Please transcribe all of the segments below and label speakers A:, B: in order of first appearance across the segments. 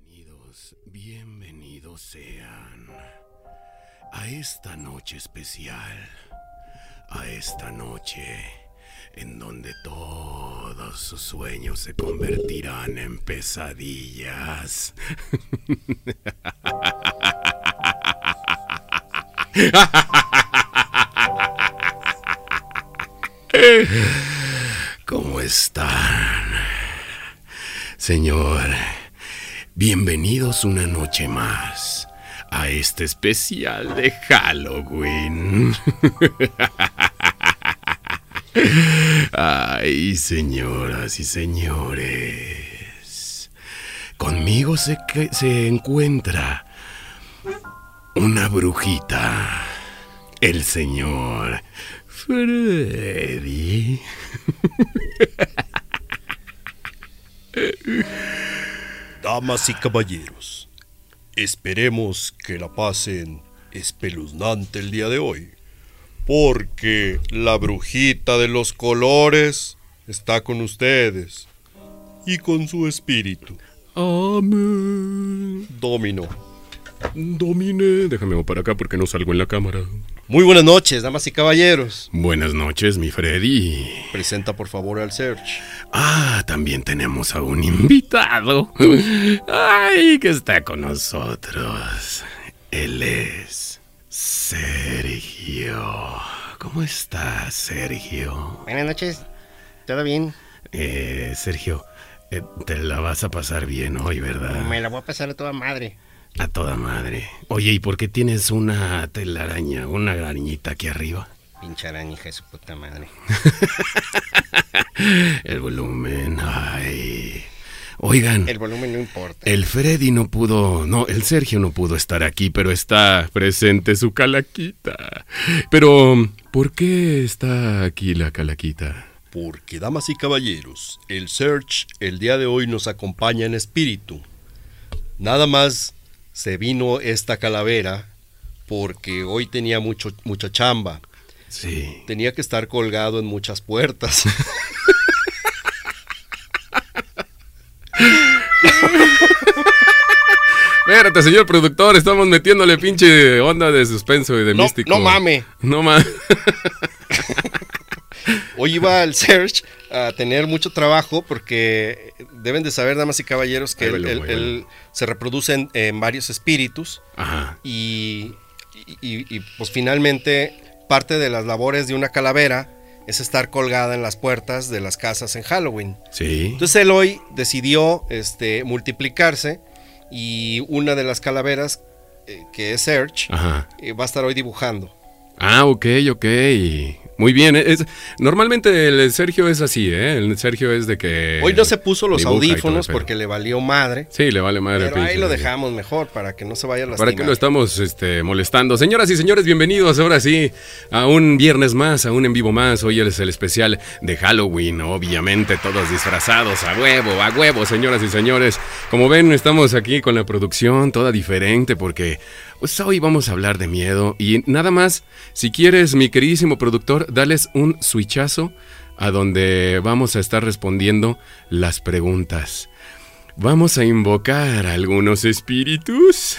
A: amigos, bienvenidos sean a esta noche especial, a esta noche en donde todos sus sueños se convertirán en pesadillas. ¿Cómo están? Señor, bienvenidos una noche más a este especial de Halloween. Ay, señoras y señores. Conmigo se, que- se encuentra una brujita, el señor Freddy.
B: Damas y caballeros, esperemos que la pasen espeluznante el día de hoy, porque la brujita de los colores está con ustedes y con su espíritu.
A: Amén.
B: Domino.
A: Domine, déjame para acá porque no salgo en la cámara.
B: Muy buenas noches, damas y caballeros.
A: Buenas noches, mi Freddy.
B: Presenta por favor al Search.
A: Ah, también tenemos a un invitado. Ay, que está con nosotros. Él es Sergio. ¿Cómo estás, Sergio?
C: Buenas noches. ¿Todo bien?
A: Eh, Sergio, eh, te la vas a pasar bien hoy, ¿verdad?
C: Me la voy a pasar a toda madre.
A: A toda madre. Oye, ¿y por qué tienes una telaraña, una arañita aquí arriba?
C: Pinche araña, hija de su puta madre.
A: El volumen, ay. Oigan.
C: El volumen no importa.
A: El Freddy no pudo, no, el Sergio no pudo estar aquí, pero está presente su calaquita. Pero, ¿por qué está aquí la calaquita?
B: Porque, damas y caballeros, el Search el día de hoy nos acompaña en espíritu. Nada más se vino esta calavera porque hoy tenía mucho, mucha chamba.
A: Sí.
B: Tenía que estar colgado en muchas puertas.
A: Espérate, señor productor, estamos metiéndole pinche onda de suspenso y de
B: No-
A: místico.
B: no mame.
A: No mames.
B: Hoy iba el Search a tener mucho trabajo porque deben de saber, damas y caballeros, que
A: Ahí
B: él,
A: velo,
B: él-
A: ahí velo.
B: él se reproduce en- en varios espíritus.
A: Ajá.
B: y, y- y- y, pues finalmente parte de las labores de una calavera es estar colgada en las puertas de las casas en Halloween.
A: Sí.
B: Entonces él hoy decidió este, multiplicarse y una de las calaveras, eh, que es Serge,
A: Ajá.
B: eh, va a estar hoy dibujando.
A: Ah, ok, ok. Muy bien. es- normalmente el Sergio es así, ¿eh? El Sergio es de que.
B: Hoy no se puso los
A: dibuja y todo el
B: audífonos
A: pedo.
B: porque le valió madre,
A: Sí, le vale madre.
B: pero ahí
A: pinche
B: lo
A: Sergio.
B: dejamos mejor para que no se vaya a lastimar.
A: ¿Para qué lo estamos este, molestando? Señoras y señores, bienvenidos ahora sí a un viernes más, a un en vivo más. Hoy es el especial de Halloween, obviamente todos disfrazados, a huevo, a huevo, señoras y señores. Como ven, estamos aquí con la producción toda diferente porque pues, hoy vamos a hablar de miedo. Y nada más, si quieres, mi queridísimo productor, dales un switchazo a donde vamos a estar respondiendo las preguntas. Vamos a invocar a algunos espíritus.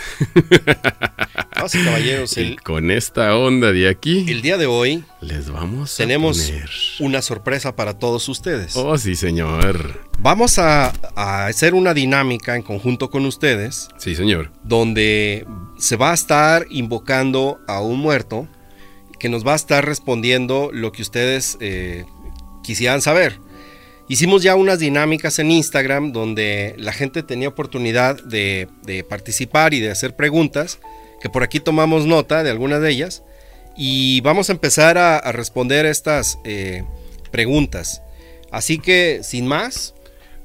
B: Damas y caballeros,
A: Y
B: el,
A: con esta onda de aquí,
B: el día de hoy
A: les vamos a
B: tenemos
A: poner-
B: una sorpresa para todos ustedes.
A: Oh, sí, señor.
B: Vamos a, a hacer una dinámica en conjunto con ustedes
A: Sí, señor.
B: donde se va a estar invocando a un muerto que nos va a estar respondiendo lo que ustedes eh, quisieran saber. Hicimos ya unas dinámicas en Instagram donde la gente tenía oportunidad de, de participar y de hacer preguntas, que por aquí tomamos nota de algunas de ellas, y vamos a empezar a, a responder estas eh, preguntas. Así que, sin más,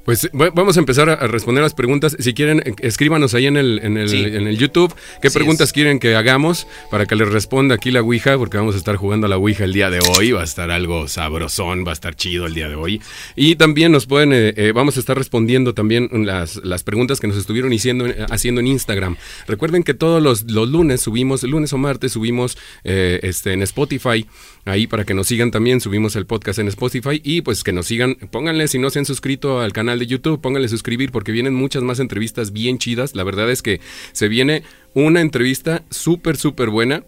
A: Pues va- vamos a empezar a- a responder las preguntas. Si quieren, eh, escríbanos ahí en el, en el,
B: Sí.
A: en el YouTube qué
B: Así
A: preguntas
B: es.
A: quieren que hagamos para que les responda aquí la Ouija, porque vamos a estar jugando a la Ouija el día de hoy. Va a estar algo sabrosón, va a estar chido el día de hoy. Y también nos pueden, eh, eh, vamos a estar respondiendo también las, las preguntas que nos estuvieron haciendo, en- haciendo en Instagram. Recuerden que todos los, los lunes subimos, lunes o martes subimos eh, este, en Spotify, ahí para que nos sigan también, subimos el podcast en Spotify y pues que nos sigan, pónganle si no se han suscrito al canal canal de YouTube, pónganle suscribir porque vienen muchas más entrevistas bien chidas. La verdad es que se viene una entrevista súper, súper buena.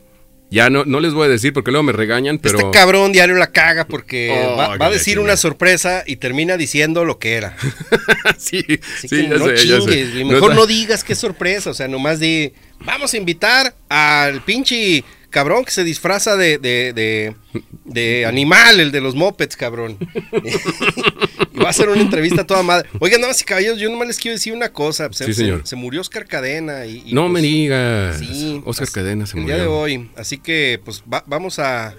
A: Ya no, no les voy a decir porque luego me regañan, pero...
B: Este cabrón diario la caga porque
A: Oh,
B: va,
A: que
B: va
A: la
B: a decir
A: chingada.
B: una sorpresa y termina diciendo lo que era.
A: sí,
B: Así
A: sí, ya
B: que no
A: sé, ya sé.
B: chingues, güey. Mejor
A: es-
B: no, digas qué sorpresa. O sea, nomás di, vamos a invitar al pinche cabrón que se disfraza de, de, de- de animal, el de los mopeds, cabrón. y va a hacer una entrevista a toda madre. Oigan, nada más y caballeros, yo nomás les quiero decir una cosa. pues,
A: Sí,
B: se,
A: señor.
B: se murió Oscar Cadena. Y, y,
A: No
B: pues,
A: me digas.
B: Sí,
A: Oscar
B: así-
A: Cadena se
B: el
A: murió.
B: día de hoy. Así que, pues, va- vamos a,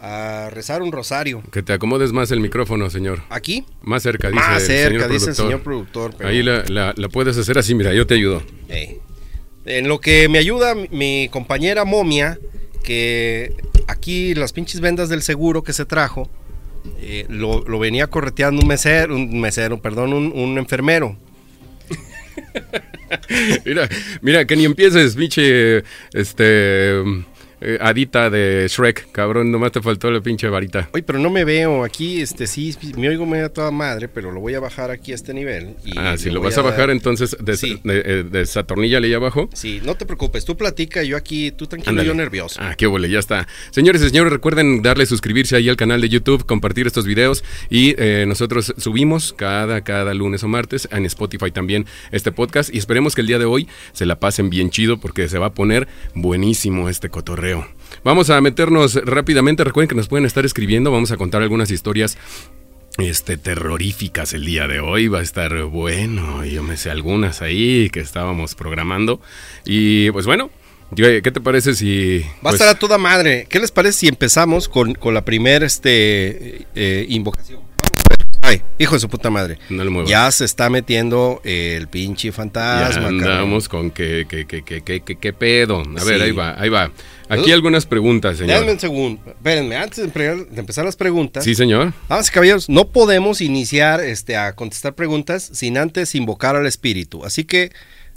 B: a rezar un rosario.
A: Que te acomodes más el micrófono, señor.
B: Aquí,
A: Más cerca, dice
B: más
A: el
B: cerca,
A: señor
B: dice el
A: productor.
B: señor productor. pero-
A: Ahí la, la- la puedes hacer así, mira, yo te ayudo.
B: Ey. En lo que me ayuda mi- mi compañera momia, que aquí las pinches vendas del seguro que se trajo, eh, lo, lo venía correteando un mesero, un mesero, perdón, un, un enfermero.
A: Mira, mira, que ni empieces, pinche, este, eh, adita de Shrek, cabrón, nomás te faltó la pinche varita.
B: Oye, pero no me veo aquí, este sí, me oigo medio a toda madre, pero lo voy a bajar aquí a este nivel. y
A: Ah,
B: le
A: si lo
B: voy
A: vas a
B: dar-
A: bajar, entonces des-
B: Sí.
A: de- eh, desatorníllale ahí abajo.
B: Sí, no te preocupes, tú platica, yo aquí, tú tranquilo,
A: Ándale.
B: yo nervioso.
A: Ah, qué vole, ya está. Señores y señores, recuerden darle suscribirse ahí al canal de YouTube, compartir estos videos y eh, nosotros subimos cada, cada lunes o martes en Spotify también este podcast y esperemos que el día de hoy se la pasen bien chido porque se va a poner buenísimo este cotorreo. Vamos a meternos rápidamente, recuerden que nos pueden estar escribiendo, vamos a contar algunas historias este, terroríficas el día de hoy. Va a estar bueno. Yo me sé algunas ahí que estábamos programando. Y pues bueno, yo, eh, ¿qué te parece si...
B: Va
A: pues,
B: a estar a toda madre. ¿Qué les parece si empezamos con, con la primera este, eh, invocación? Vamos. Ay, hijo de su puta madre.
A: No le muevas.
B: Ya se está metiendo el pinche
A: ya
B: fantasma. cabrón.
A: andamos con qué, qué, qué, qué, qué, qué- qué pedo. A ver,
B: Sí.
A: ahí va, ahí va. Aquí algunas preguntas,
B: Déjenme
A: señor.
B: un segundo. Espérenme, antes de empe- de empezar las preguntas.
A: Sí, señor.
B: Vamos, caballeros, no podemos iniciar este, a contestar preguntas sin antes invocar al espíritu. Así que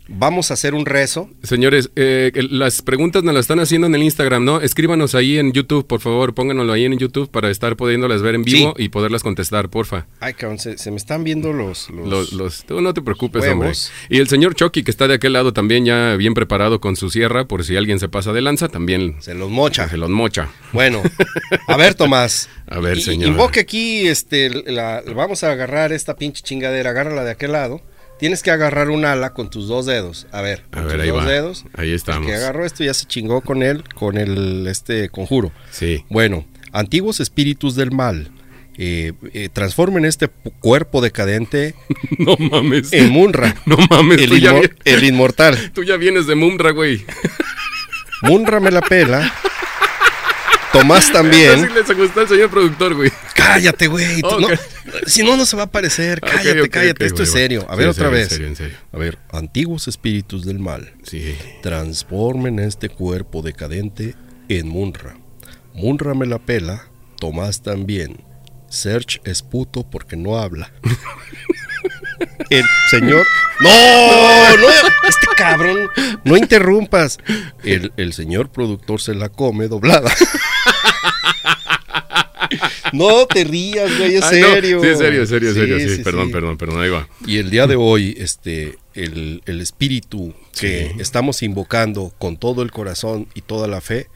B: vamos a hacer un rezo.
A: Señores, eh, el- las preguntas nos las están haciendo en el Instagram, ¿no? Escríbanos ahí en YouTube, por favor, pónganlo ahí en YouTube para estar pudiéndolas ver en vivo y poderlas contestar, porfa.
B: Ay, cabrón, se, se me están viendo los... los-
A: Los, los- tú no te preocupes,
B: huevos.
A: hombre. Y el señor Chucky, que está de aquel lado también ya bien preparado con su sierra, por si alguien se pasa de lanza, también
B: Se los mocha.
A: se los mocha.
B: Bueno, a ver, Tomás.
A: A ver,
B: I-
A: señor.
B: Invoque aquí, este, la, vamos a agarrar esta pinche chingadera, agárrala de aquel lado. Tienes que agarrar un ala con tus dos dedos. A ver,
A: A
B: con
A: ver,
B: tus
A: ahí
B: dos
A: va.
B: dedos.
A: Ahí estamos.
B: El que agarró esto ya se chingó con él, con el este conjuro.
A: Sí.
B: Bueno, antiguos espíritus del mal, eh, eh, transformen este pu- cuerpo decadente
A: No mames.
B: en Munra,
A: No mames,
B: el,
A: tú, ya
B: inmo-
A: vi-
B: el inmortal.
A: tú ya vienes de Mumra, güey.
B: Munra me la pela. Tomás también.
A: Así les gustó al señor productor, güey.
B: Cállate, güey. tú
A: Ok.
B: no- si no, no se va a aparecer.
A: Ok,
B: Cállate,
A: ok,
B: cállate.
A: ok,
B: Esto
A: güey,
B: es
A: va.
B: serio. A
A: Sí,
B: ver,
A: en
B: otra
A: serio,
B: vez.
A: En serio, en serio.
B: A ver, antiguos espíritus del mal,
A: Sí.
B: transformen este cuerpo decadente en Munra. Munra me la pela, Tomás también. Search es puto porque no habla. El señor. ¡No! ¡No! Este cabrón. No interrumpas. El, el señor productor se la come doblada. No te rías, güey, es
A: Ah, no,
B: serio.
A: Sí, en serio, en serio, en
B: Sí,
A: serio. Sí,
B: sí,
A: perdón,
B: sí.
A: perdón, perdón. Ahí va.
B: Y el día de hoy, este, el, el espíritu que estamos invocando con todo el corazón y toda la fe,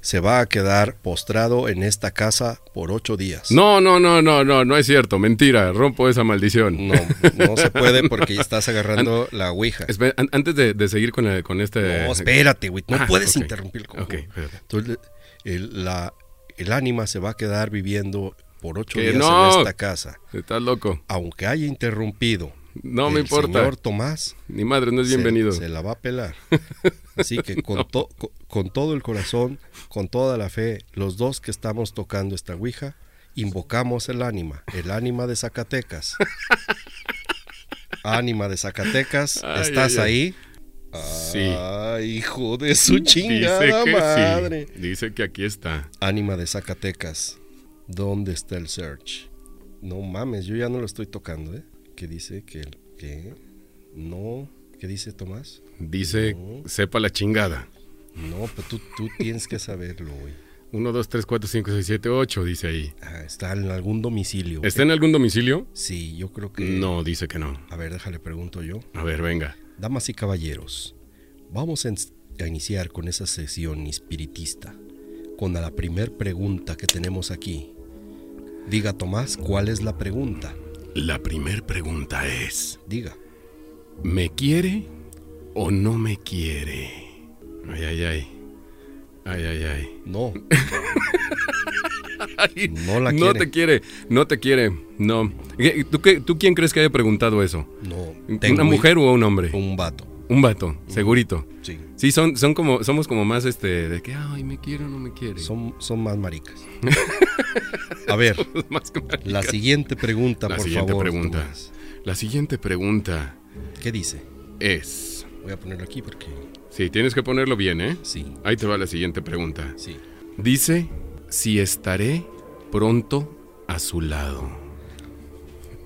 B: se va a quedar postrado en esta casa por ocho días.
A: No, no, no, no, no, no es cierto. Mentira. Rompo esa maldición.
B: No, no se puede porque estás agarrando la ouija.
A: Espe- an- antes de, de seguir con, la- con este.
B: No, espérate, güey, no
A: Ah,
B: puedes
A: ok.
B: interrumpir el
A: Ok,
B: conjuro.
A: espérate.
B: Entonces, el, la- el ánima se va a quedar viviendo por ocho
A: Que
B: días
A: no.
B: en esta casa.
A: Estás loco.
B: Aunque haya interrumpido
A: No me
B: el
A: importa.
B: señor Tomás,
A: Ni madre, no es
B: se-
A: bienvenido.
B: Se, la va a pelar. Así que con, to- co- con todo el corazón, con toda la fe, los dos que estamos tocando esta Ouija, invocamos el ánima, el ánima de Zacatecas. ánima de Zacatecas,
A: Ay, ay,
B: ¿estás
A: ay.
B: ahí?
A: Sí.
B: Ay, hijo de su
A: Dice
B: chingada
A: que
B: madre.
A: sí. Dice que aquí está.
B: Ánima de Zacatecas, ¿dónde está el search? No mames, yo ya no lo estoy tocando, ¿eh? Que dice que, que no, ¿qué dice Tomás?
A: Dice, sepa la chingada.
B: pues No, pero tú, tú tienes que saberlo, güey.
A: 1, 2, 3, 4, 5, 6, 7, 8, dice ahí.
B: Ah, Está en algún domicilio.
A: ¿Está en algún domicilio?
B: Sí, yo creo que.
A: No, dice que no.
B: A ver, déjale, pregunto yo.
A: A ver, venga.
B: Damas y caballeros, vamos a, ens- a iniciar con esa sesión espiritista, con la primer pregunta que tenemos aquí. Diga Tomás, ¿cuál es la pregunta?
A: La primer pregunta es,
B: Diga.
A: ¿me quiere o no me quiere? Ay, ay, ay. Ay, ay, ay.
B: No,
A: Ay,
B: No la
A: No
B: quiere.
A: te quiere, no te quiere, no. ¿Qué- ¿Tú, qué- ¿Tú quién crees que haya preguntado eso?
B: no.
A: ¿Una mujer o un hombre?
B: Un vato.
A: Un vato, segurito.
B: Sí.
A: Sí, son, son como, somos como más este, de que, ay, me quiere o no me quiere.
B: Son, son más maricas. A ver,
A: Más que mal.
B: la siguiente pregunta,
A: La
B: por
A: siguiente
B: favor.
A: pregunta.
B: Tomás.
A: La siguiente pregunta
B: ¿Qué dice?
A: es...
B: Voy a ponerlo aquí porque.
A: Sí, tienes que ponerlo bien, ¿eh?
B: Sí,
A: Ahí te va la siguiente pregunta.
B: sí.
A: Dice si estaré pronto a su lado.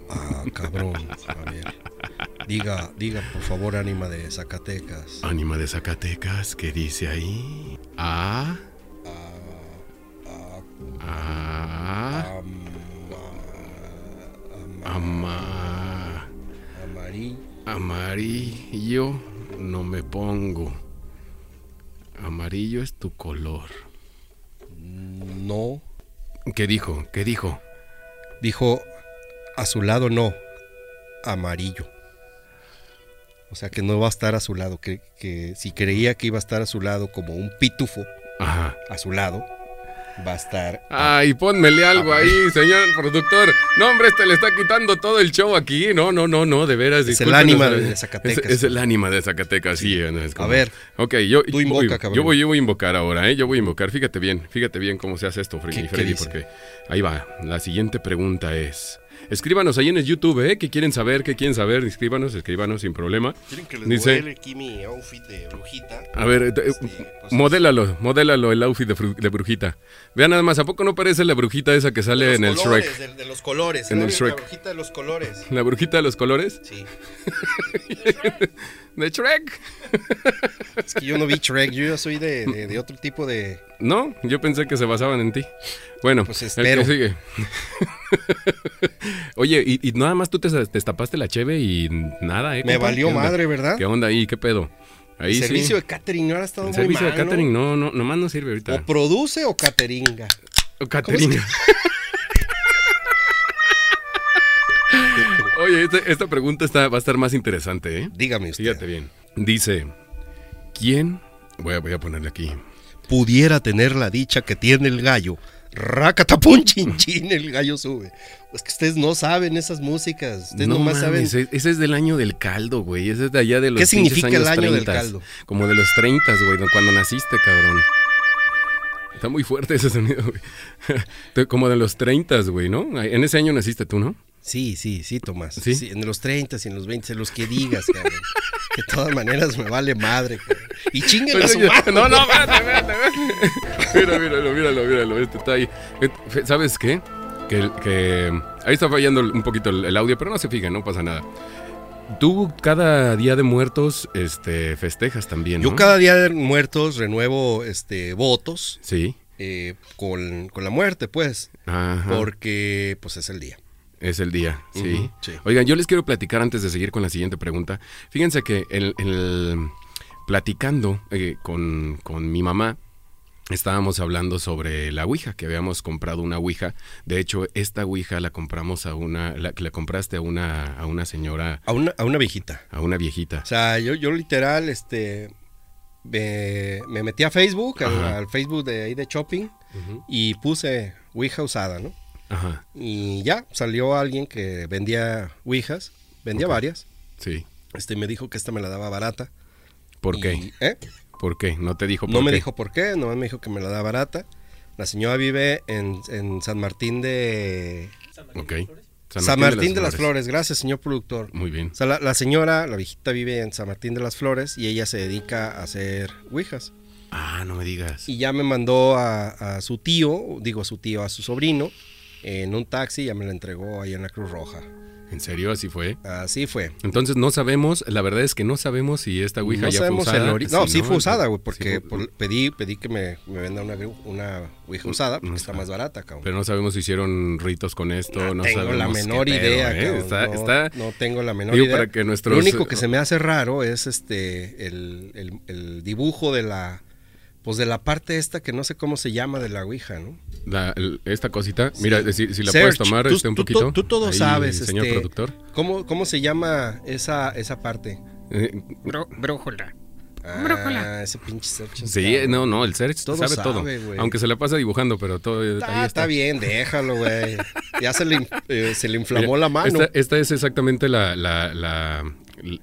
B: Ah, cabrón. A ver. Diga, diga, por favor, ánima de Zacatecas.
A: Ánima de Zacatecas, ¿qué dice ahí? Ah. Ah. Ama.
B: Amarí.
A: Amarillo no me pongo. Amarillo es tu color.
B: No.
A: ¿Qué dijo? ¿Qué dijo?
B: Dijo, a su lado no. Amarillo. O sea que no va a estar a su lado. Que, que si creía que iba a estar a su lado como un pitufo
A: Ajá.
B: a su lado, va a estar.
A: Ay, pónmele algo ahí, señor productor. No, hombre, este le está quitando todo el show aquí. No, no, no, no, de veras.
B: Es el
A: discúlpenos.
B: ánima de Zacatecas.
A: Es, es el ánima de Zacatecas, sí. no, es como-
B: A ver,
A: Ok, yo,
B: tú invoca,
A: voy-
B: cabrón.
A: yo, voy, yo voy a invocar ahora, ¿eh? Yo voy a invocar. Fíjate bien, fíjate bien cómo se hace esto, Fre- Freddy,
B: ¿Qué- qué dice?
A: porque ahí va. La siguiente pregunta es. Escríbanos ahí en el YouTube, ¿eh? ¿Qué quieren saber? ¿Qué quieren saber? Escríbanos, escríbanos sin problema.
C: Quieren que les
A: Dice-
C: modele aquí mi outfit de brujita.
A: A ver, eh, eh,
C: pues,
A: modélalo, modélalo el outfit de, fru- de brujita. Vean nada más, ¿a poco no parece la brujita esa que sale
C: De
A: en el
C: los colores,
A: Shrek?
C: De, de los colores.
A: En
C: ¿no?
A: el
C: La
A: Shrek.
C: brujita de los colores.
A: ¿La brujita de los colores?
C: Sí.
A: ¿De Shrek?
B: es que yo no vi Shrek, yo ya soy de, de- de otro tipo de.
A: No, yo pensé que se basaban en ti. Bueno,
B: Pues
A: el
B: espero.
A: que sigue. Oye, y, y nada más tú te destapaste la cheve y nada, ¿eh?
B: Me
A: compa?
B: valió
A: ¿Qué onda?
B: madre, ¿verdad?
A: ¿Qué onda ahí? ¿Qué pedo? Ahí
B: El
A: sí.
B: servicio de catering no ha estado
A: El
B: muy
A: servicio de
B: malo.
A: catering, no, no, nomás no sirve ahorita.
B: O produce o cateringa.
A: O catering. Oye, este- esta pregunta está, va a estar más interesante, ¿eh?
B: Dígame usted.
A: Fíjate bien. Dice, ¿quién? Voy a, voy a ponerle aquí.
B: Pudiera tener la dicha que tiene el gallo. Racatapun chin chin, el gallo sube. Es que ustedes no saben esas músicas. Ustedes nomás saben.
A: mames, e- Ese es del año del caldo, güey. Ese es de allá de los
B: ¿Qué
A: pinches
B: significa el
A: años
B: año del
A: 30s,
B: caldo?
A: Como de los 30, güey, de cuando naciste, cabrón. Está muy fuerte ese sonido, güey. Te- Como de los 30, güey, ¿no? En ese año naciste tú, ¿no?
B: Sí, sí, sí, Tomás.
A: ¿Sí?
B: Sí, en los 30, en los 20, en los que digas, cabrón. que de todas maneras me vale madre. cabrón. Y chinguen a su madre.
A: Pues, No, no, espérate, espérate, espérate. Mira, míralo, míralo, míralo. Este está ahí. Este, ¿Sabes qué? Que, el- que ahí está fallando un poquito el, el audio, pero no se fijen, no pasa nada. Tú cada día de muertos este, festejas también, ¿no?
B: Yo cada día de muertos renuevo este, votos
A: Sí.
B: eh, con, con la muerte, pues.
A: Ajá.
B: Porque pues es el día.
A: Es el día, sí.
B: Ujú, sí.
A: Oigan, yo les quiero platicar antes de seguir con la siguiente pregunta. Fíjense que el, el- platicando eh, con, con mi mamá, estábamos hablando sobre la Ouija, que habíamos comprado una Ouija. De hecho, esta Ouija la compramos a una, la, la compraste a una, a una señora,
B: A una, a una viejita.
A: a una viejita.
B: O sea, yo, yo literal, este, me, me metí a Facebook, al,
A: Ajá.
B: al Facebook de ahí de shopping, y puse Ouija usada, ¿no?
A: Ajá,
B: Y ya, salió alguien que vendía Ouijas, vendía varias,
A: sí.
B: este, y me dijo que esta me la daba barata.
A: ¿Por qué?
B: Y, ¿eh?
A: ¿Por qué? No te dijo por
B: No me
A: qué.
B: dijo por qué, nomás me dijo que me la daba barata. La señora vive en, en San Martín de...
A: Ok.
B: San Martín, de, las Flores, gracias señor productor.
A: Muy bien.
B: O sea, la, la señora, la viejita vive en San Martín de las Flores y ella se dedica a hacer Ouijas.
A: Ah, no me digas.
B: Y ya me mandó a, a su tío, digo a su tío, a su sobrino, en un taxi, ya me lo entregó ahí en la Cruz Roja.
A: ¿En serio así fue?
B: Así fue.
A: Entonces no sabemos, la verdad es que no sabemos si esta Ouija
B: no
A: ya fue
B: sabemos el
A: usada.
B: ori-
A: si
B: No, sí fue usada, güey,
A: sí fue-
B: porque por- pedí, pedí que me, me venda una, gri- una Ouija usada, porque está más barata, cabrón.
A: Pero no sabemos si hicieron ritos con esto, no,
B: No tengo
A: sabemos
B: la menor
A: qué pedo,
B: idea,
A: ¿eh?
B: cabrón,
A: Está,
B: no,
A: está-
B: no tengo la menor
A: digo,
B: idea.
A: para que nuestros- eh,
B: Lo único que se me hace raro es este el, el- el dibujo de la pues de la parte esta que no sé cómo se llama de la Ouija, ¿no?
A: la- el- esta cosita, mira, si, si la
B: Serge,
A: puedes tomar
B: tú-
A: este, un
B: tú-
A: poquito.
B: Tú, todo
A: Ahí,
B: sabes,
A: señor
B: este,
A: productor.
B: ¿Cómo, cómo se llama esa, esa parte?
A: Eh,
D: Bro, brújula.
B: Ah,
D: Brócola.
B: ese pinche este, Sergio,
A: sí,
B: cabrón.
A: no, no, el Serge
B: Todo
A: sabe,
B: sabe,
A: todo.
B: güey.
A: Aunque se la pasa dibujando, pero todo ahí
B: Ah,
A: está.
B: está bien, déjalo, güey. Ya se le, in- eh, se le inflamó
A: Mira,
B: la mano.
A: Esta, esta es exactamente la, la, la-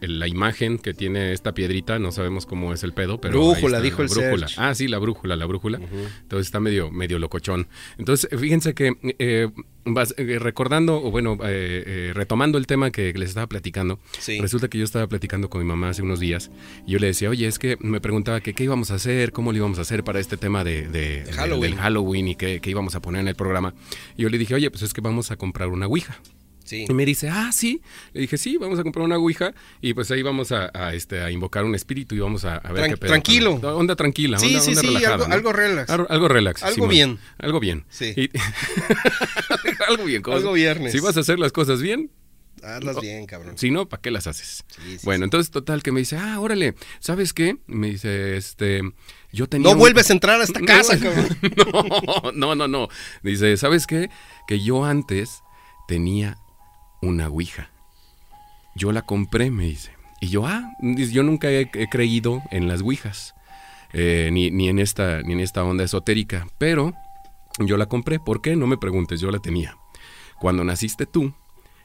A: la imagen que tiene esta piedrita. No sabemos cómo es el pedo, pero. ahí
B: Brújula,
A: está,
B: dijo
A: la
B: el
A: brújula.
B: Serge.
A: Ah, sí, la brújula, la brújula. Entonces está medio, medio locochón. Entonces, fíjense que eh, vas- eh, recordando, o bueno, eh, eh, retomando el tema que les estaba platicando,
B: Sí.
A: resulta que yo estaba platicando con mi mamá hace unos días y yo le decía, oye, es que me preguntaba que qué íbamos a hacer, cómo lo íbamos a hacer para este tema de, de- del-
B: Halloween.
A: del Halloween y qué, qué íbamos a poner en el programa. Y yo le dije, oye, pues es que vamos a comprar una Ouija.
B: Sí.
A: Y me dice, ah, sí. Le dije, sí, vamos a comprar una ouija y pues ahí vamos a, a, este, a invocar un espíritu y vamos a, a ver
B: Tran-
A: qué pedo.
B: tranquilo.
A: Onda- Onda tranquila,
B: Sí,
A: onda,
B: sí,
A: onda
B: sí,
A: relajada,
B: algo-
A: ¿no?
B: algo relax.
A: Algo, algo relax.
B: Algo
A: Simón.
B: bien.
A: Algo bien.
B: Sí.
A: Y- algo bien. como-
B: Algo viernes.
A: Si vas a hacer las cosas bien,
B: Hazlas bien, cabrón.
A: si no, ¿para qué las haces?
B: Sí, sí,
A: bueno, entonces total que me dice, ah, órale, ¿sabes qué? Me dice, este, yo tenía...
B: No
A: un-
B: vuelves a entrar a esta
A: No,
B: casa, cabrón.
A: No, no, no, no. Dice, ¿sabes qué? Que yo antes tenía una Ouija. Yo la compré, me dice. Y yo, ah, dice, yo nunca he, he creído en las Ouijas. eh, ni, ni en esta, ni en esta onda esotérica. Pero yo la compré. ¿Por qué? No me preguntes, yo la tenía. Cuando naciste tú,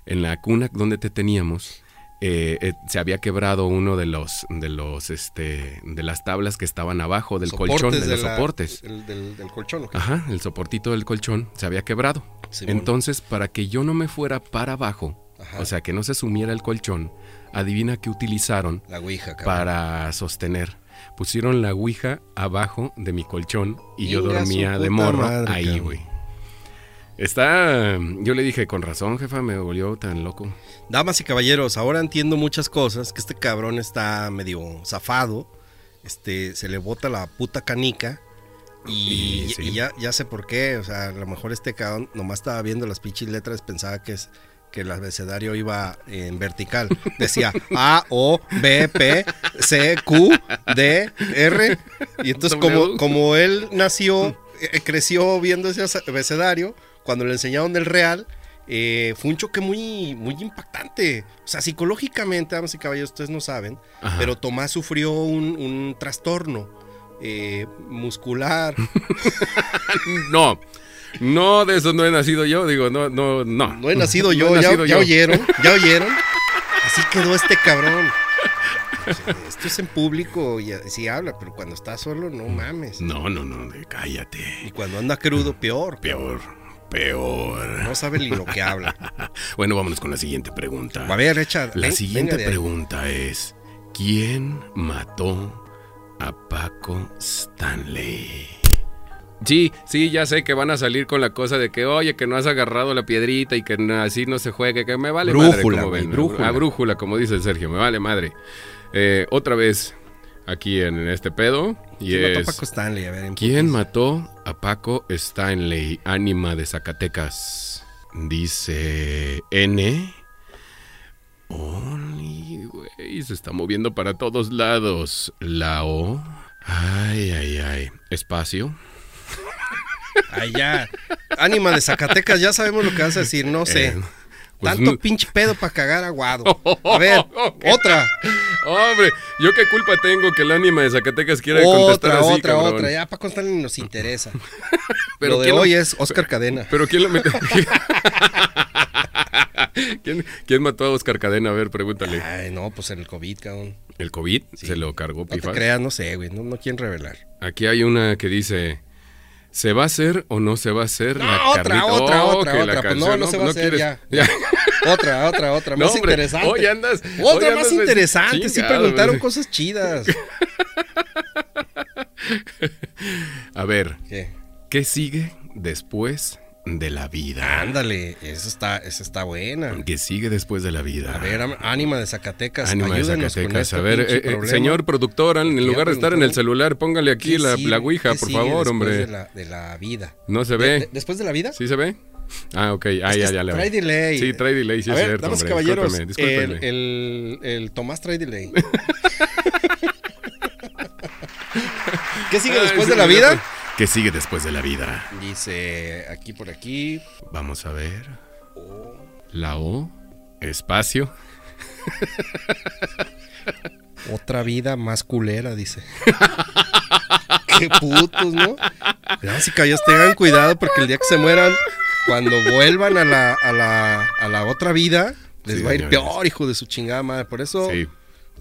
A: en la cuna donde te teníamos, eh, eh, se había quebrado uno de los, de los, este, de las tablas que estaban abajo del colchón, de,
B: Soportes Ah,
A: los
B: la-
A: soportes.
B: el- del, del colchón, ¿ok?
A: Ajá, el soportito del colchón se había quebrado.
B: Simón.
A: Entonces, para que yo no me fuera para abajo,
B: Ajá.
A: o sea, que no se sumiera el colchón, adivina qué utilizaron
B: La ouija, cabrón.
A: para sostener. Pusieron la ouija abajo de mi colchón y yo
B: Inga su
A: dormía de
B: puta
A: morro
B: madre,
A: ahí,
B: cabrón.
A: güey. Está, yo le dije, con razón, jefa, me volvió tan loco.
B: Damas y caballeros, ahora entiendo muchas cosas, que este cabrón está medio zafado, este, se le bota la puta canica y,
A: Y sí.
B: y ya, ya sé por qué, o sea, a lo mejor este cabrón nomás estaba viendo las pinches letras, pensaba que es que el abecedario iba en vertical. Decía A, O, B, P, C, Q, D, R. Y
A: W.
B: entonces como, como él nació, eh, creció viendo ese abecedario, cuando le enseñaron el real, eh, fue un choque muy, muy impactante. O sea, psicológicamente, damas y caballeros, ustedes no saben,
A: Ajá.
B: pero Tomás sufrió un, un trastorno eh, muscular. Mm.
A: No, no, de eso no he nacido yo, digo, no, no, no.
B: No he nacido yo,
A: he
B: ya,
A: nacido
B: ya
A: yo.
B: oyeron, ya oyeron. Así quedó este cabrón. Esto es en público y así habla, pero cuando está solo, no
A: Mm.
B: mames.
A: No, no, no, de- cállate.
B: Y cuando anda crudo, peor.
A: Peor, peor.
B: No sabe ni lo que habla.
A: Bueno, vámonos con la siguente pregunta.
B: A ver, echa.
A: la
B: ven-
A: siguiente
B: venga de ahí.
A: pregunta es, ¿quién mató a Paco Stanley? Sí, sí, ya sé que van a salir con la cosa de que, oye, que no has agarrado la piedrita y que no- así no se juegue, que me vale madre.
B: Brújula,
A: como
B: güey,
A: ven.
B: brújula.
A: A brújula, como dice el Sergio, me vale madre. Eh, otra vez aquí en este pedo. Y
B: ¿Quién mató a
A: es,
B: Paco Stanley? A ver, en-
A: ¿Quién mató a Paco Stanley, ánima de Zacatecas? Dice N. Only, güey, se está moviendo para todos lados. La O. Ay, ay, ay. Espacio.
B: Allá. Ánima de Zacatecas, ya sabemos lo que vas a decir, no sé.
A: Eh, pues,
B: Tanto
A: no-
B: pinche pedo para cagar aguado. A ver, otra.
A: Hombre, yo qué culpa tengo que el ánima de Zacatecas quiera contestar
B: Otra,
A: así,
B: otra,
A: cabrón?
B: otra. Ya Paco Stanley nos interesa.
A: Pero
B: lo de
A: ¿quién lo-
B: hoy es Oscar Cadena.
A: Pero ¿quién lo metió? ¿Quién, quién mató a Oscar Cadena? A ver, pregúntale.
B: Ay, no, pues en el COVID, cabrón.
A: ¿El COVID
B: Sí.
A: se lo cargó
B: No te
A: Pifa?
B: creas, no sé, güey. No, no quieren revelar.
A: Aquí hay una que dice, ¿se va a hacer o no se va a hacer
B: No,
A: la
B: Ah, otra,
A: carnita?
B: otra,
A: Oh,
B: otra,
A: que la
B: otra. Pues no,
A: canción,
B: no se va a hacer, ya. Otra, otra, otra.
A: No,
B: Más
A: hombre,
B: interesante.
A: hoy andas-
B: otra
A: hoy
B: más
A: andas de-
B: interesante. sí
A: chingado,
B: preguntaron
A: güey.
B: cosas chidas.
A: A ver,
B: ¿Qué?
A: ¿qué sigue después de la vida.
B: Ándale, esa está, esa está buena.
A: Que sigue después de la vida.
B: A ver, am- ánima de Zacatecas,
A: Ánima de
B: ayúdenos con
A: Zacatecas.
B: este
A: A ver,
B: pinche
A: eh, eh,
B: problema.
A: señor productor, en
B: Ya
A: lugar de estar en el
B: preguntó.
A: celular, póngale aquí
B: ¿Qué
A: la,
B: sigue-
A: la ouija,
B: qué
A: por
B: sigue
A: favor,
B: después
A: hombre.
B: De la, de la vida.
A: No se
B: De-
A: ve.
B: de- ¿Después de la vida?
A: ¿Sí se ve? Ah, ok. Ah,
B: Es que
A: ya, ya la
B: trae
A: vi.
B: delay.
A: Sí, trae delay, sí
B: A
A: es
B: ver,
A: cierto.
B: damas y
A: hombre.
B: caballeros,
A: Discúlpeme, discúlpeme.
B: el, el- el Tomás trae delay. ¿Qué sigue
A: Ay,
B: después
A: sí,
B: de la
A: ya,
B: vida?
A: pues, ¿Qué sigue después de la vida?
B: Dice aquí por aquí.
A: Vamos a ver. La O, espacio.
B: Otra vida más culera, dice. Qué putos, ¿no? Damas y caballeros, tengan cuidado porque el día que se mueran, cuando vuelvan a la, a la, a la otra vida, les
A: Sí,
B: va a ir
A: señores.
B: peor, hijo de su chingada madre. Por eso,
A: Sí.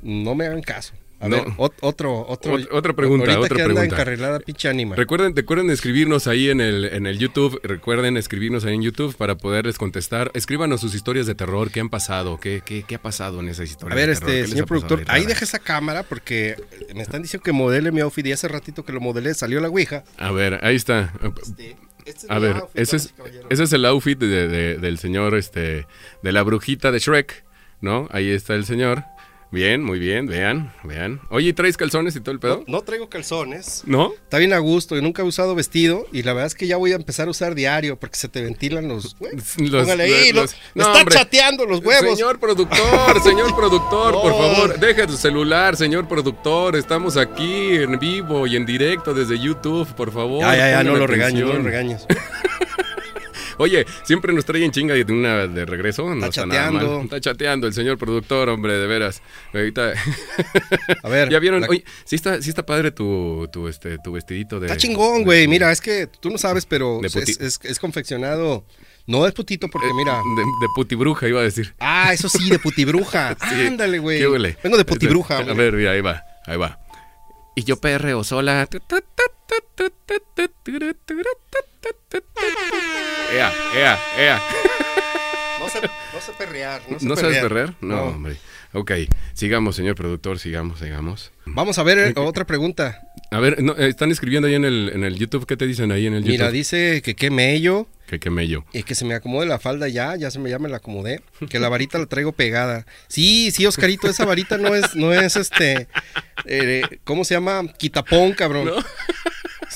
B: no me hagan caso. A
A: No.
B: ver, ot- otro, otro,
A: Ot- otra pregunta,
B: Ahorita
A: otra
B: que anda
A: pregunta.
B: encarrilada, pinche ánima.
A: Recuerden, recuerden escribirnos ahí en el, en el YouTube. Recuerden escribirnos ahí en YouTube para poderles contestar. Escríbanos sus historias de terror. ¿Qué han pasado? ¿Qué, qué, qué ha pasado en esa historia?
B: A ver,
A: de terror? ¿Qué
B: este,
A: les
B: señor
A: ha pasado
B: productor,
A: de
B: ahí
A: rara?
B: deja esa cámara porque me están diciendo que modele mi outfit y hace ratito que lo modelé salió la ouija.
A: A ver, ahí está.
C: Este, este es
A: A
C: mi
A: ver,
C: outfit,
A: ese es,
C: damas y caballeros.
A: ese es el outfit de- de- del señor, este, de la brujita de Shrek, ¿no? Ahí está el señor. Bien, muy bien, vean, vean. Oye, ¿traes calzones y todo el pedo?
C: No traigo calzones.
A: ¿No?
B: Está bien a gusto, yo nunca he usado vestido y la verdad es que ya voy a empezar a usar diario porque se te ventilan los huevos.
A: Los-
B: Póngale ahí,
A: los-
B: los,
A: no,
B: está
A: hombre.
B: chateando los huevos.
A: Señor productor, señor productor, por
B: No.
A: favor, deja tu celular, señor productor. Estamos aquí en vivo y en directo desde YouTube, por favor.
B: ya, ya, ya, no
A: pongan
B: lo regañes, no lo
A: atención.
B: regañes.
A: Oye, siempre nos traen chinga y de una de regreso. no
B: Está
A: está nada mal.
B: chateando.
A: Está chateando el señor productor, hombre, de veras. Ahorita.
B: A ver,
A: ya vieron,
B: la-
A: oye, sí está, sí está padre tu, tu, este, tu vestidito de.
B: Está chingón,
A: de-
B: güey. Mira, es que tú no sabes, pero
A: eh, De
B: es,
A: puti- Eh, mm.
B: es- es confeccionado. No es putito porque mira.
A: De, de putibruja, iba a decir.
B: Ah, eso sí, de putibruja.
A: Sí.
B: Ándale, güey.
A: ¿Qué huele? Este,
B: Vengo de putibruja,
A: A
B: güey.
A: ver, mira, ahí va, ahí va. Y yo perreo sola. Ea, ea, ea.
C: No sé, no sé perrear. No sé
A: ¿No sabes
C: perrear.
A: perrer? No,
B: No.
A: hombre. Ok, sigamos, señor productor, sigamos, sigamos.
B: Vamos a ver eh, otra pregunta.
A: A ver, no, eh, están escribiendo ahí en el, en el YouTube. ¿Qué te dicen ahí en el YouTube?
B: Mira, dice que qué mello,
A: que quemé yo.
B: eh, que se me acomode la falda ya, ya se me, ya me la acomodé, que la varita la traigo pegada. Sí, sí, Oscarito, esa varita no es, no es este, eh, ¿cómo se llama? Quitapón, cabrón.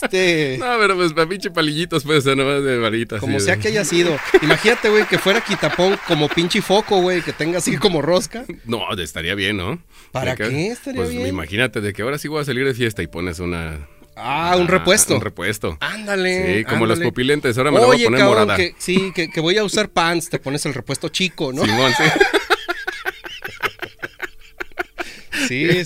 B: Este,
A: No, pero pues para pinche palillitos puede ser nomás de varitas.
B: como sea que haya sido. Imagínate, güey, que fuera quitapón como pinche foco, güey, que tenga así como rosca.
A: No, de- estaría bien, ¿no?
B: ¿Para
A: De que-
B: qué estaría
A: pues,
B: bien?
A: imagínate, de que ahora sí voy a salir de fiesta y pones una...
B: Ah, un repuesto.
A: Un repuesto.
B: Ándale.
A: Sí, como los
B: ándale.
A: pupilentes, ahora me lo voy a poner
B: cabrón,
A: morada.
B: Que, sí, que, que voy a usar pants, te pones el repuesto chico, ¿no?
A: Simón, sí.
B: Sí,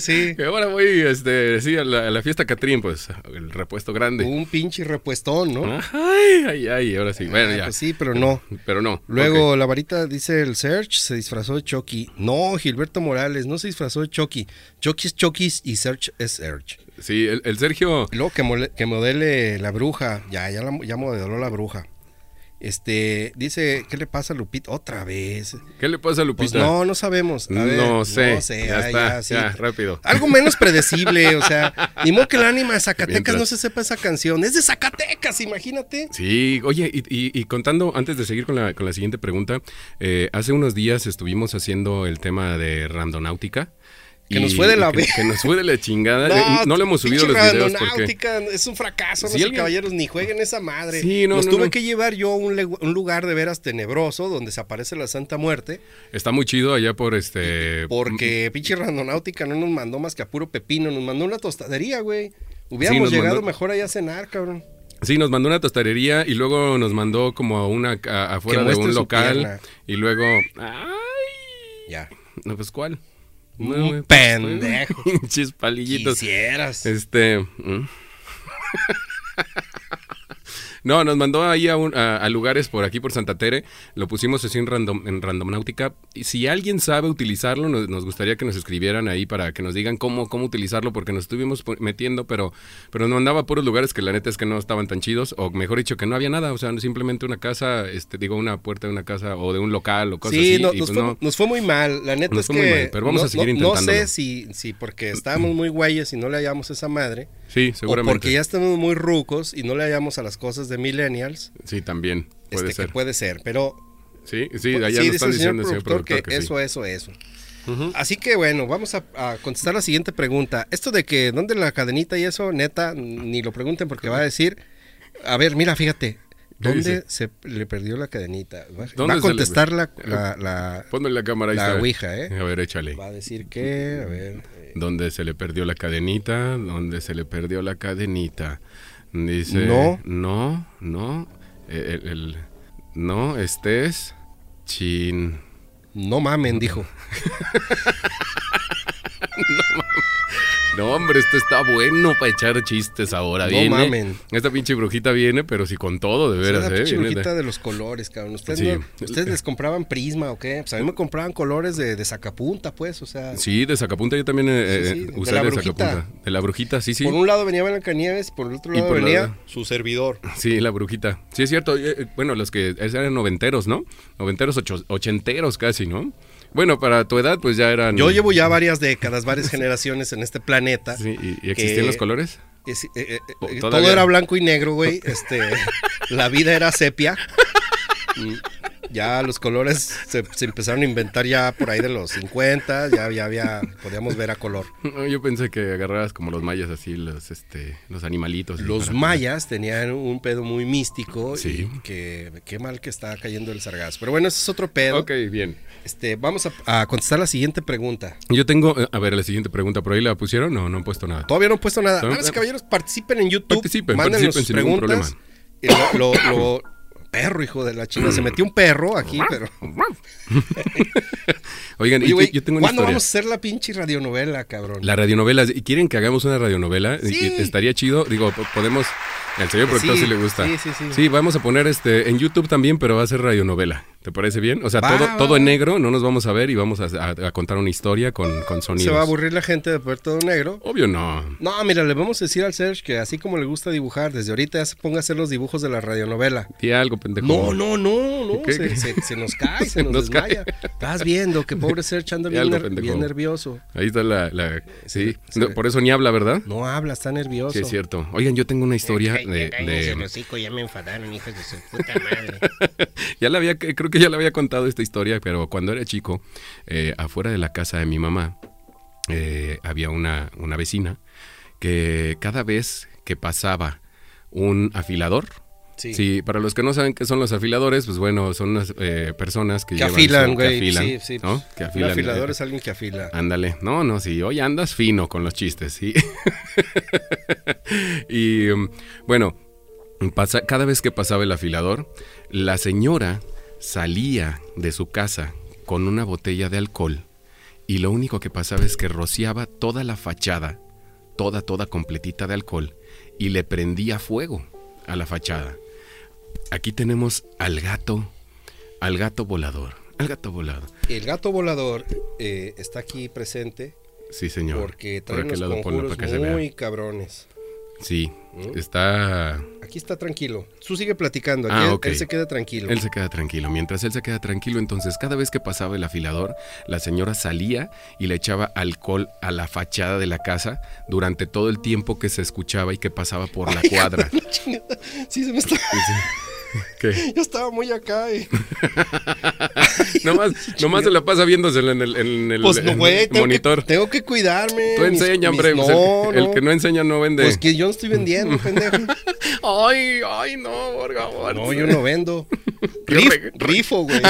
B: sí.
A: Que ahora voy, este, sí, a la, a la fiesta Catrín, pues, el repuesto grande.
B: Un pinche repuestón, ¿no?
A: Ay, ay, ay, ahora sí, bueno,
B: Ah,
A: Ah, ya.
B: pues sí, pero no.
A: Pero no.
B: Luego
A: ok.
B: la varita dice el Search se disfrazó de Chucky. No, Gilberto Morales no se disfrazó de Chucky. Chucky es Chucky y Search es Search.
A: Sí, el, el Sergio...
B: Luego que, mole- que modele la bruja. Ya, ya, la, ya modeló la bruja. Este, dice, ¿qué le pasa a Lupita? Otra vez.
A: ¿Qué le pasa a
B: Pues
A: Lupita?
B: no, no sabemos. A ver,
A: no sé. Ya
B: ah,
A: está,
B: sí.
A: ya, rápido.
B: Algo menos predecible, o sea, ni modo que el ánima de Zacatecas
A: Mientras-
B: no se sepa esa canción. Es de Zacatecas, imagínate.
A: Sí, oye, y, y- y contando, antes de seguir con la, con la siguiente pregunta, eh, hace unos días estuvimos haciendo el tema de randonáutica.
B: Que nos fue de la
A: que,
B: ve-
A: que nos fue de la chingada. Eh, No, lo hemos subido los
B: pinche
A: videos porque...
B: Radionáutica, Es un fracaso,
A: Si
B: no sé,
A: alguien-
B: caballeros, ni jueguen esa madre.
A: Sí, no,
B: Los
A: no,
B: tuve
A: no.
B: que llevar yo a un, le- un lugar de veras tenebroso donde se aparece la Santa Muerte,
A: Está muy chido allá por este...
B: porque pinche Randonáutica no nos mandó más que a puro pepino, nos mandó una tostadería, güey.
A: Sí,
B: Hubiéramos
A: nos
B: llegado
A: mandó-
B: mejor allá a cenar, cabrón.
A: Sí, nos mandó una tostarería y luego nos mandó como a una a- afuera
B: Que
A: de
B: muestre
A: un
B: su
A: local
B: pierna.
A: y luego... ¡Ay!
B: Ya.
A: No, pues, ¿cuál?
B: Un
A: güey, pues,
B: pendejo.
A: Pinches palillitos.
B: Quisieras.
A: Este. ¿mm? No, nos mandó ahí a, un- a- a lugares por aquí, por Santa Tere. Lo pusimos así en, random, en Randomnáutica. Y si alguien sabe utilizarlo, nos, nos gustaría que nos escribieran ahí para que nos digan cómo, cómo utilizarlo, porque nos estuvimos pu- metiendo, pero, pero nos mandaba a puros lugares que la neta es que no estaban tan chidos, o mejor dicho, que no había nada. O sea, simplemente una casa, este, digo, una puerta de una casa o de un local o cosas
B: sí,
A: así.
B: no-
A: y
B: nos,
A: pues
B: fue,
A: no.
B: nos fue muy mal, la neta
A: Nos
B: es
A: fue
B: que
A: muy mal, pero vamos
B: no,
A: a seguir
B: no- no
A: intentándolo.
B: sé si, si porque estábamos muy güeyes y no le hallamos esa madre,
A: Sí,
B: o
A: seguramente.
B: porque ya estamos muy rucos y no le hallamos a las cosas de millennials,
A: Sí, también. Puede
B: este,
A: ser.
B: que puede ser, pero
A: Sí, sí, allá
B: sí,
A: nos
B: dice
A: están
B: el señor
A: diciendo, señor
B: productor,
A: productor,
B: que,
A: que sí.
B: eso, eso, eso. Así que bueno, vamos a, a contestar la siguiente pregunta. Esto de que dónde la cadenita y eso, neta, ni lo pregunten porque va a decir, a ver, mira, fíjate,
A: dice?
B: ¿dónde se le perdió la cadenita? Va,
A: ¿Dónde
B: va
A: se
B: a
A: le-
B: contestar la, la- la-
A: Ponme la cámara ahí
B: la
A: está.
B: ouija, ¿eh?
A: A ver, échale.
B: Va a decir que, a ver, eh,
A: ¿Dónde se le perdió la cadenita? ¿Dónde se le perdió la cadenita? Dice.
B: No.
A: No, no. El, el- el- no estés chin.
B: no mamen, dijo.
A: No, hombre, esto está bueno para echar chistes ahora.
B: No
A: viene.
B: mamen.
A: Esta pinche brujita viene, pero sí con todo, de
B: Es
A: veras,
B: una
A: ¿eh?
B: pinche
A: Viene
B: brujita
A: de-
B: de los colores, cabrón. ¿Ustedes,
A: Sí.
B: no- ¿Ustedes les compraban prisma o qué? Pues a mí me compraban colores de, de sacapunta, pues, o sea.
A: Sí, de Zacapunta yo también eh,
B: Sí, sí, de
A: usé
B: la
A: de,
B: brujita.
A: Zacapunta. De la brujita, sí, sí.
B: Por un lado venía Blancanieves, por el otro
A: Y
B: lado
A: por la- Mm.
B: venía su servidor.
A: Sí, la brujita. Sí, es cierto. eh, eh, Bueno, los que eran noventeros, ¿no? Noventeros, ocho- ochenteros casi, ¿no? Bueno, para tu edad, pues ya eran.
B: Yo llevo ya varias décadas, varias generaciones en este planeta.
A: Sí, ¿y, y
B: que-
A: existían los colores?
B: es- eh, eh, eh,
A: O-
B: todo
A: todavía.
B: era blanco y negro, güey. Este, la vida era sepia. Mm, Ya los colores se, se empezaron a inventar ya por ahí de los 50, ya, ya había, podíamos ver a color.
A: No, Yo pensé que agarrabas como los mayas así, los, este, los animalitos. y
B: Los
A: para-
B: mayas tenían un pedo muy místico
A: Sí.
B: y que qué mal que está cayendo el sargazo. Pero bueno, ese es otro pedo.
A: Ok, bien.
B: Este, vamos a, a contestar la siguiente pregunta.
A: Yo tengo, eh, a ver, la siguiente pregunta, ¿por ahí la pusieron o no han puesto nada?
B: Todavía no han puesto nada.
A: No,
B: Damas y
A: no.
B: caballeros, participen en YouTube.
A: Participen,
B: mándenos
A: participen
B: sus
A: sin ningún
B: preguntas. Y Lo, lo- lo- perro, hijo de la china.
A: Mm.
B: Se metió un perro aquí, pero.
A: Oigan, y
B: Oye,
A: yo,
B: güey,
A: yo tengo una
B: ¿cuándo
A: historia.
B: vamos a hacer la pinche radionovela, cabrón?
A: La radionovela, ¿y ¿quieren que hagamos una radionovela?
B: Sí.
A: Y- y Estaría chido, digo, po- podemos, al señor
B: Que
A: productor
B: sí,
A: si le gusta.
B: sí, sí, sí.
A: vamos a poner este en YouTube también, pero va a ser radionovela. ¿Te parece bien? O sea,
B: Va,
A: todo,
B: va,
A: todo
B: va.
A: en negro, no nos vamos a ver y vamos a, a- a contar una historia con, con sonidos.
B: Se va a aburrir la gente de Puerto Negro.
A: Obvio no.
B: No, mira, le vamos a decir al Serge que así como le gusta dibujar, desde ahorita ya se ponga a hacer los dibujos de la radionovela.
A: Di algo, pendejo.
B: No, no, no, no,
A: ¿Qué,
B: se,
A: qué?
B: Se, se nos cae, se,
A: Se
B: nos,
A: nos
B: desmaya.
A: cae.
B: Estás viendo que pobre Serge anda
A: Ya
B: bien,
A: algo,
B: ner-
A: pendejo.
B: bien nervioso.
A: Ahí está la... la- sí,
B: sí.
A: No, por eso ni habla, ¿verdad?
B: No habla, está nervioso.
A: Sí, es cierto. Oigan, yo tengo una historia
D: Ay,
A: de...
D: cállense
A: de-
D: el hocico, ya me enfadaron, hijos de su puta madre.
A: ya la había, creo que ya la había contado esta historia, pero cuando era chico, eh, afuera de la casa de mi mamá, eh, había una, una vecina que cada vez que pasaba un afilador, sí. para los que no saben qué son los afiladores, pues bueno, son unas eh, personas que,
B: Que
A: llevan
B: afilan,
A: su- que
B: güey.
A: afilan,
B: sí, sí.
A: ¿no? Que afilan,
B: Un afilador
A: eh,
B: es alguien que afila.
A: Ándale, no, no, sí, hoy andas fino con los chistes, sí. y um, bueno, pasa- cada vez que pasaba el afilador, la señora salía de su casa con una botella de alcohol y lo único que pasaba es que rociaba toda la fachada, toda, toda completita de alcohol y le prendía fuego a la fachada. Aquí tenemos al gato, al gato volador, al gato volador.
B: El gato volador eh, está aquí presente
A: Sí, señor.
B: porque
A: ¿Por
B: trae
A: aquel
B: unos
A: lado ponlo
B: conjuros
A: para que se vea?
B: muy ¿Mm? cabrones.
A: Sí, está...
B: Aquí está tranquilo. Tú sigue platicando. Aquí
A: Ah,
B: él-
A: ok.
B: él se queda tranquilo.
A: Él se queda tranquilo. Mientras él se queda tranquilo, entonces cada vez que pasaba el afilador, la señora salía y le echaba alcohol a la fachada de la casa durante todo el tiempo que se escuchaba y que pasaba por la cuadra.
B: Chingada. Sí, se me está...
A: ¿Qué?
B: Yo estaba muy acá. y-
A: Nomás, nomás se la pasa viéndosela en el, en el-
B: Pues no, güey.
A: en el
B: Tengo,
A: monitor.
B: Que, tengo que cuidarme.
A: Tú
B: mis-
A: enseña,
B: mis-
A: hombre. pues,
B: no,
A: el, el que no enseña no vende.
B: Pues que yo no estoy vendiendo, pendejo.
A: Ay, ay, Ah, no, por favor.
B: No, yo no vendo.
A: Yo
B: Rif-
A: reg-
B: rifo, güey.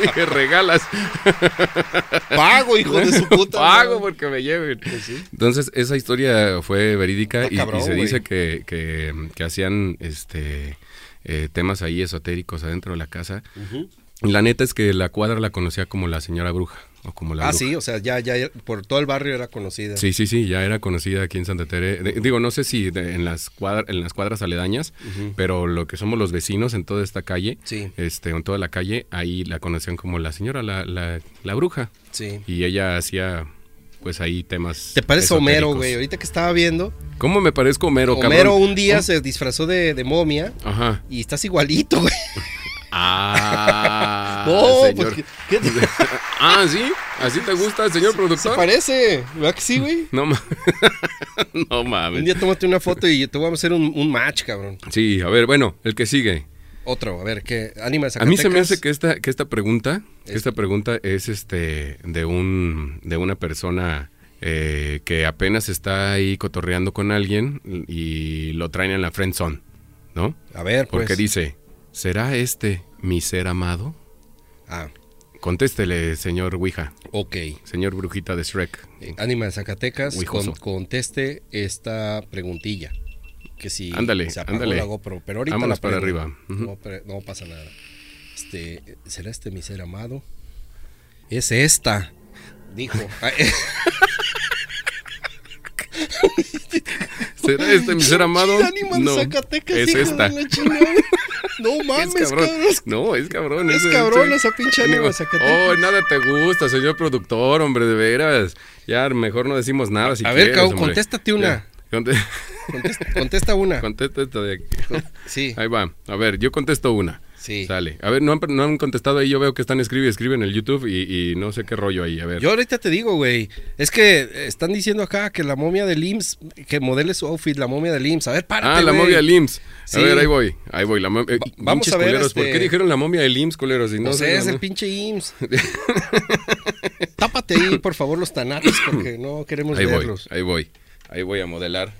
A: Dije, regalas.
B: Pago, hijo de su puta.
A: Pago
B: madre. Pues
A: porque me lleven. Entonces, esa historia fue verídica
B: Está
A: y, y
B: cabrón,
A: se
B: güey.
A: dice que, que- que hacían este eh, temas ahí esotéricos adentro de la casa. La neta es que la cuadra la conocía como la señora bruja o como la
B: Ah,
A: bruja.
B: sí, o sea, ya, ya, ya por todo el barrio era conocida.
A: Sí, sí, sí, ya era conocida aquí en Santa Teresa. Digo, no sé si de- en, las cuadra- en las cuadras aledañas, pero lo que somos los vecinos en toda esta calle,
B: Sí.
A: este, en toda la calle, ahí la conocían como la señora, la, la- la bruja.
B: Sí.
A: Y ella hacía, pues ahí temas.
B: Te parece Homero,
A: esotéricos.
B: güey. Ahorita que estaba viendo,
A: ¿Cómo me parezco Homero,
B: Homero
A: cabrón?
B: un día se disfrazó de, de momia
A: Ajá.
B: y estás igualito, güey.
A: Ah,
B: no,
A: señor.
B: pues, ¿qué, qué te-
A: Ah, ¿sí? ¿Así te gusta, señor
B: se
A: productor?
B: parece? ¿Verdad que sí, güey?
A: No, ma- no
B: Un
A: mames.
B: día tómate una foto y te voy a hacer un, un match, cabrón.
A: Sí, a ver, bueno, el que sigue.
B: Otro, a ver, ¿qué? Anima de
A: A mí se me
B: Zacatecas.
A: hace que esta, que esta pregunta, que esta pregunta es este de un de una persona eh, que apenas está ahí cotorreando con alguien y lo traen en la friend zone, ¿no?
B: A ver, pues.
A: Porque dice, ¿será este mi ser amado?
B: Ah,
A: Contéstele, señor Ouija,
B: ok.
A: señor brujita de Shrek.
B: Eh, Ánima de Zacatecas,
A: Huijoso.
B: con- conteste esta preguntilla. Que si
A: Ándale,
B: se apagó
A: ándale.
B: la GoPro, pero ahorita
A: Vámonos
B: la
A: para
B: prendo.
A: arriba. Ujú.
B: No, pre- no pasa nada. Este, ¿será este mi ser amado? Es esta, dijo.
A: ¿Será este mi ser amado?
B: Ánima de
A: No,
B: Zacatecas,
A: es
B: hijo de
A: esta.
B: la chingada. No mames,
A: Es cabrón.
B: cabrón.
A: No, es cabrón.
B: Es
A: ese-
B: cabrón
A: ese-
B: esa pinche ánima de Zacatecas.
A: Oh, nada te gusta, señor productor, hombre, de veras. Ya, mejor no decimos nada si
B: A ver,
A: quieres,
B: cabrón,
A: hombre.
B: contéstate una.
A: Ya, conte-
B: Contesta, contesta una.
A: Contesta esta de aquí.
B: Sí,
A: Ahí va. A ver, yo contesto una.
B: sí.
A: Sale. A ver, no han, no han contestado ahí. Yo veo que están escribe, escribe en el YouTube y, y no sé qué rollo ahí. A ver.
B: Yo ahorita te digo, güey. Es que eh, están diciendo acá que la momia del IMSS, que modele su outfit, la momia del IMSS. A ver, párate.
A: ah, la
B: güey.
A: momia del IMSS. A
B: Sí.
A: ver, ahí voy. Ahí voy. La mom- eh,
B: vamos
A: pinches
B: a ver,
A: culeros, ¿Por
B: este-
A: qué dijeron la momia del IMSS, culeros? Y
B: No, sé,
A: sé,
B: es el
A: ¿no?
B: pinche IMSS. Tápate ahí, por favor, los tanatos, porque no queremos
A: Ahí voy.
B: verlos.
A: Ahí voy. Ahí voy a modelar.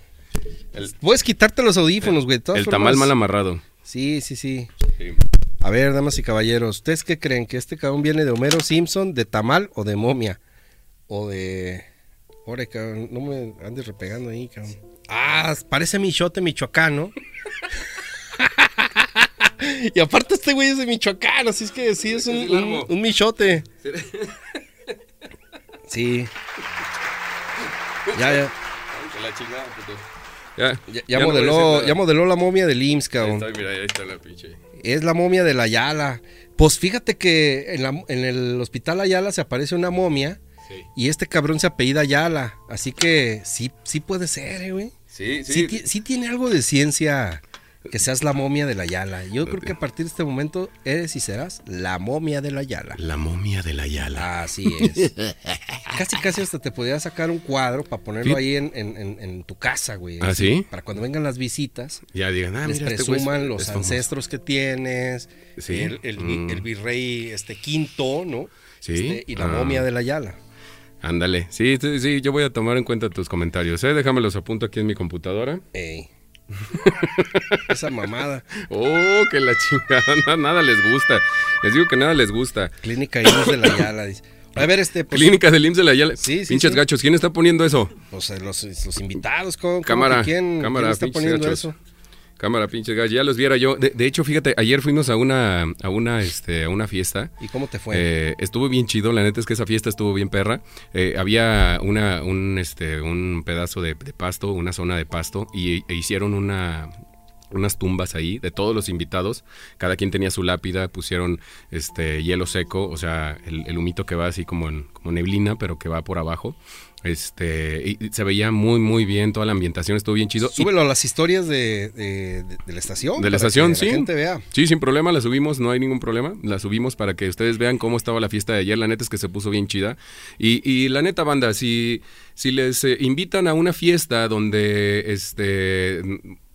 A: El,
B: Puedes quitarte los audífonos, güey. de todas
A: el tamal
B: formas.
A: mal amarrado.
B: Sí, sí, sí.
A: Sí.
B: A ver, damas y caballeros, ¿ustedes qué creen? ¿Que este cabrón viene de Homero Simpson, de tamal o de momia? O de... Ore, cabrón, no me andes repegando ahí, cabrón. Ah, parece Michote michoacano. y aparte este güey es de Michoacán, así es que sí, es un,
A: Sí, largo.
B: un- un michote. Sí. Ya, ya,
A: Ya,
B: ya, ya
A: no voy a
B: modeló,
A: decir
B: ya
A: nada.
B: modeló la momia del IMSS, cabrón.
A: Ahí está, mira, ahí está la pinche.
B: Es la momia de la Ayala. Pues fíjate que en, la- en el hospital Ayala se aparece una momia
A: Sí.
B: y este cabrón se apellida Ayala. Así que sí, sí puede ser, eh, güey.
A: Sí,
B: Sí.
A: sí.
B: ti- sí tiene algo de ciencia que seas la momia de la Ayala. Yo creo que a partir de este momento eres y serás la momia de la Ayala.
A: La momia de la Yala.
B: Así es. casi, casi hasta te podía sacar un cuadro para ponerlo
A: Fí-
B: ahí en, en- en- en tu casa, güey.
A: ¿Ah, sí?
B: Para cuando vengan las visitas
A: Ya digan, ah,
B: les
A: mira, este güey es-
B: presuman los
A: es famoso.
B: ancestros que tienes,
A: Sí.
B: el, el vi-
A: Mm.
B: el virrey este quinto, ¿no?
A: Sí.
B: Este, y la
A: Ah.
B: momia de la Yala.
A: Ándale. Sí, sí, sí, yo voy a tomar en cuenta tus comentarios. ¿eh? Déjame los apunto aquí en mi computadora.
B: Ey. Esa mamada.
A: Oh, que la chingada. na- Nada les gusta. Les digo que nada les gusta.
B: Clínica Inés de la Yala. dice. A ver, este, pues,
A: Clínica del IMSS de la Yala.
B: Sí, sí,
A: Pinches
B: sí.
A: gachos, ¿quién está poniendo eso?
B: pues, eh, los, los invitados, ¿cómo- cómo
A: Cámara,
B: que ¿quién,
A: cámara,
B: quién está
A: pinches
B: poniendo
A: gachos.
B: eso?
A: Cámara, pinches gachos. Ya los viera yo. De, de hecho, fíjate, ayer fuimos a una, a una, este, a una fiesta.
B: ¿Y cómo te fue?
A: Eh, estuvo bien chido, la neta es que esa fiesta estuvo bien perra. Eh, había una, un, este, un pedazo de, de pasto, una zona de pasto, y e hicieron una unas tumbas ahí de todos los invitados, cada quien tenía su lápida, pusieron este hielo seco, o sea, el, el humito que va así como en como neblina, pero que va por abajo. Este, y- y se veía muy muy bien, toda la ambientación estuvo bien chido. Y-
B: Súbelo a las historias de, de- de- de la estación.
A: de la
B: para
A: estación,
B: que
A: sí.
B: La gente vea.
A: Sí, sin problema, la subimos, no hay ningún problema. La subimos para que ustedes vean cómo estaba la fiesta de ayer. La neta es que se puso bien chida. Y, y la neta, banda, si, si les eh, invitan a una fiesta donde este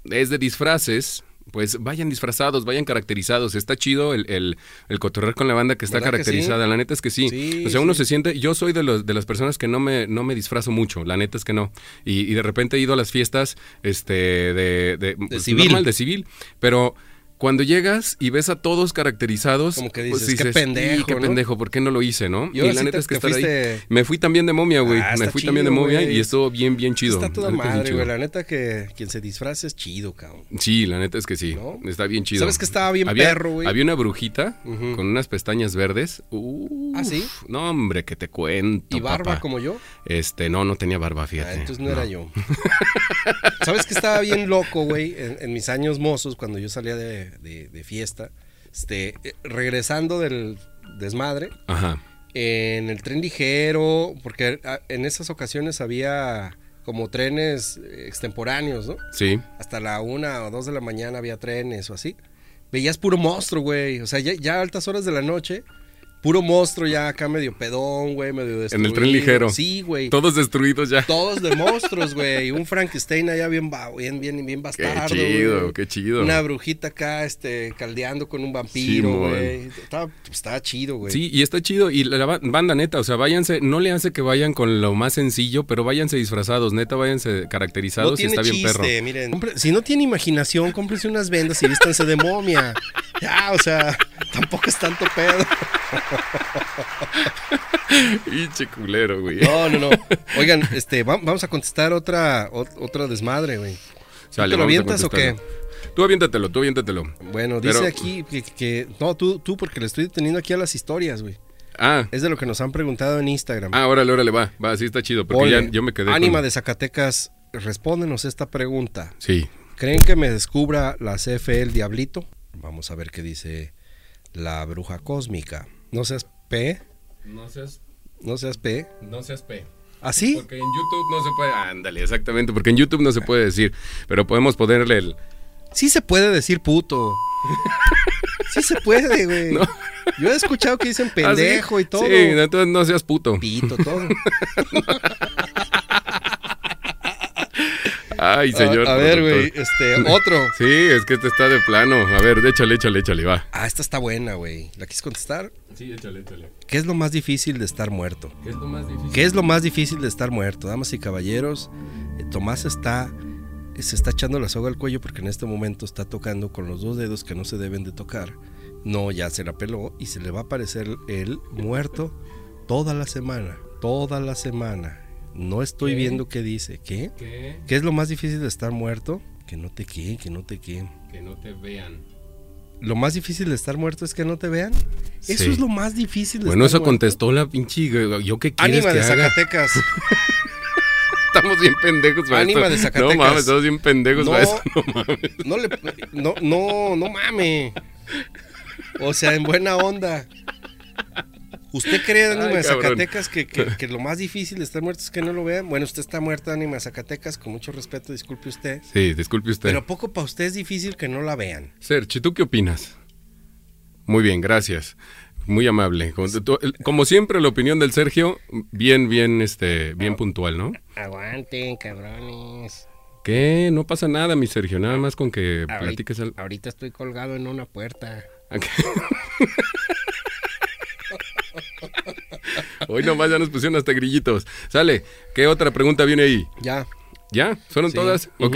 A: es de disfraces. Pues vayan disfrazados, vayan caracterizados. Está chido el, el, el cotorrear con la banda que está
B: ¿Verdad que sí?
A: caracterizada. La neta es que sí.
B: Sí,
A: o sea, uno
B: sí.
A: se siente. Yo soy de, los, de las personas que no me, no me disfrazo mucho. La neta es que no. Y, y de repente he ido a las fiestas este, de, de, pues,
B: civil.
A: normal, de civil. Pero cuando llegas y ves a todos caracterizados, pues,
B: Como que dices, "Qué pendejo,
A: "Sí, qué
B: ¿no?"
A: pendejo, ¿por qué no lo hice, no?
B: Y ahora sí te- te
A: estar
B: fuiste-
A: Me fui también de momia, güey.
B: Ah,
A: me
B: está
A: fui también de
B: chido,
A: momia
B: güey.
A: y estuvo bien, bien chido.
B: Está toda
A: La neta es bien
B: madre, güey.
A: chido.
B: La neta que quien se disfraza es chido, cabrón.
A: Sí, la neta es que sí.
B: ¿No?
A: Está bien chido.
B: ¿Sabes qué estaba bien
A: Había-
B: perro, güey?
A: Había una brujita
B: Ujú.
A: con unas pestañas verdes. Uf,
B: ¿Ah, sí?
A: No, hombre, que te cuento.
B: ¿Y barba
A: papá.
B: como yo?
A: Este, no, no tenía barba, fíjate.
B: Ah, entonces no, era yo. ¿Sabes que estaba bien loco, güey? En, en mis años mozos, cuando yo salía de, de- de fiesta, este, eh, regresando del desmadre,
A: Ajá.
B: en el tren ligero, porque ah, en esas ocasiones había como trenes extemporáneos, ¿no?
A: Sí.
B: Hasta la una o dos de la mañana había trenes o así. veías puro monstruo, güey. O sea, ya, ya a altas horas de la noche, puro monstruo ya acá medio pedón, güey, medio
A: En
B: destruido.
A: el tren ligero.
B: Sí, güey.
A: Todos destruidos ya.
B: Todos de monstruos, güey. Un Frankenstein allá bien, ba- bien, bien, bien
A: Qué
B: bastardo.
A: chido,
B: güey.
A: qué chido.
B: Una brujita acá, este, caldeando con un vampiro,
A: Simón.
B: güey. Estaba, estaba chido, güey.
A: Sí, y está chido. Y la ba- banda neta, o sea, váyanse, no le hace que vayan con lo más sencillo, pero váyanse disfrazados, neta, váyanse caracterizados
B: No
A: y
B: tiene
A: está bien
B: chiste,
A: perro.
B: miren. Compre- si no tiene imaginación, cómprense unas vendas y vístanse de momia. Ya, o sea, tampoco es tanto pedo.
A: Y chiculero, güey.
B: No, no, no. Oigan, este, va- vamos a contestar otra, ot- otra desmadre, güey.
A: Sale,
B: ¿Te
A: vamos a
B: lo avientas o qué?
A: contestarlo. Tú aviéntatelo, tú aviéntatelo.
B: Bueno, dice
A: Pero-
B: aquí que, que- No, tú, tú, porque le estoy teniendo aquí a las historias, güey.
A: Ah,
B: Es de lo que nos han preguntado en Instagram.
A: ah, órale, órale, va. Va, sí está chido, porque
B: Ponle,
A: ya yo me quedé.
B: Ánima
A: con-
B: de Zacatecas, respóndenos esta pregunta.
A: Sí.
B: ¿Creen que me descubra la CFE el diablito? Vamos a ver qué dice la bruja cósmica. No seas P,
A: No seas,
B: no seas P. ¿Ah,
A: no seas P.
B: ¿Así?
A: Porque en YouTube no se puede. Ándale, exactamente, porque en YouTube no se puede decir. Pero podemos ponerle el.
B: Sí se puede decir puto. Sí se puede, güey. Yo he escuchado que dicen
A: Ah, ¿sí?
B: pendejo y todo.
A: Sí, entonces no seas puto.
B: Pito, todo.
A: Ay, señor.
B: a, a ver,
A: productor.
B: güey, este, otro.
A: Sí, es que este está de plano. A ver, échale, échale, échale, va.
B: Ah, esta está buena, güey. ¿La quieres contestar?
A: Sí, échale, échale.
B: ¿Qué es lo más difícil de estar muerto?
A: ¿Qué es lo más difícil?
B: ¿Qué es lo más difícil de estar muerto? Damas y caballeros, eh, Tomás está se está echando la soga al cuello porque en este momento está tocando con los dos dedos que no se deben de tocar. No, ya se la peló y se le va a aparecer el muerto toda la semana, toda la semana. No estoy viendo qué dice, ¿qué?
A: Que,
B: ¿Qué es lo más difícil de estar muerto? Que no te queden, que no te queden.
A: que no te vean.
B: Lo más difícil de estar muerto es que no te vean. Eso
A: Sí.
B: es lo más difícil de
A: Bueno, eso
B: estar muerto.
A: contestó la pinche. ¿Yo qué quieres
B: Ánima
A: que
B: de
A: haga?
B: Zacatecas.
A: Estamos bien pendejos para
B: Ánima
A: esto.
B: de Zacatecas.
A: No mames, estamos bien pendejos
B: No.
A: para esto. No mames.
B: No le. No, no, no mame. O sea, en buena onda. ¿Usted cree, Ánima
A: Ay,
B: de
A: cabrón.
B: Zacatecas, que, que- que lo más difícil de estar muerto es que no lo vean? Bueno, usted está muerta, Ánima de Zacatecas, con mucho respeto, disculpe usted.
A: Sí, disculpe usted.
B: Pero poco para usted es difícil que no la vean.
A: Serchi, ¿tú qué opinas? Muy bien, gracias. Muy amable. Como, tú- como siempre, la opinión del Sergio, bien, bien, este, bien puntual, ¿no?
D: Aguanten, cabrones.
A: Que no pasa nada, mi Sergio, nada más con que
B: Ah,
D: Ahorita-
A: platiques al...
D: Ahorita estoy colgado en una puerta.
A: Hoy nomás ya nos pusieron hasta grillitos. Sale, ¿qué otra pregunta viene ahí?
B: Ya.
A: ¿Ya? ¿Fueron todas? Ok.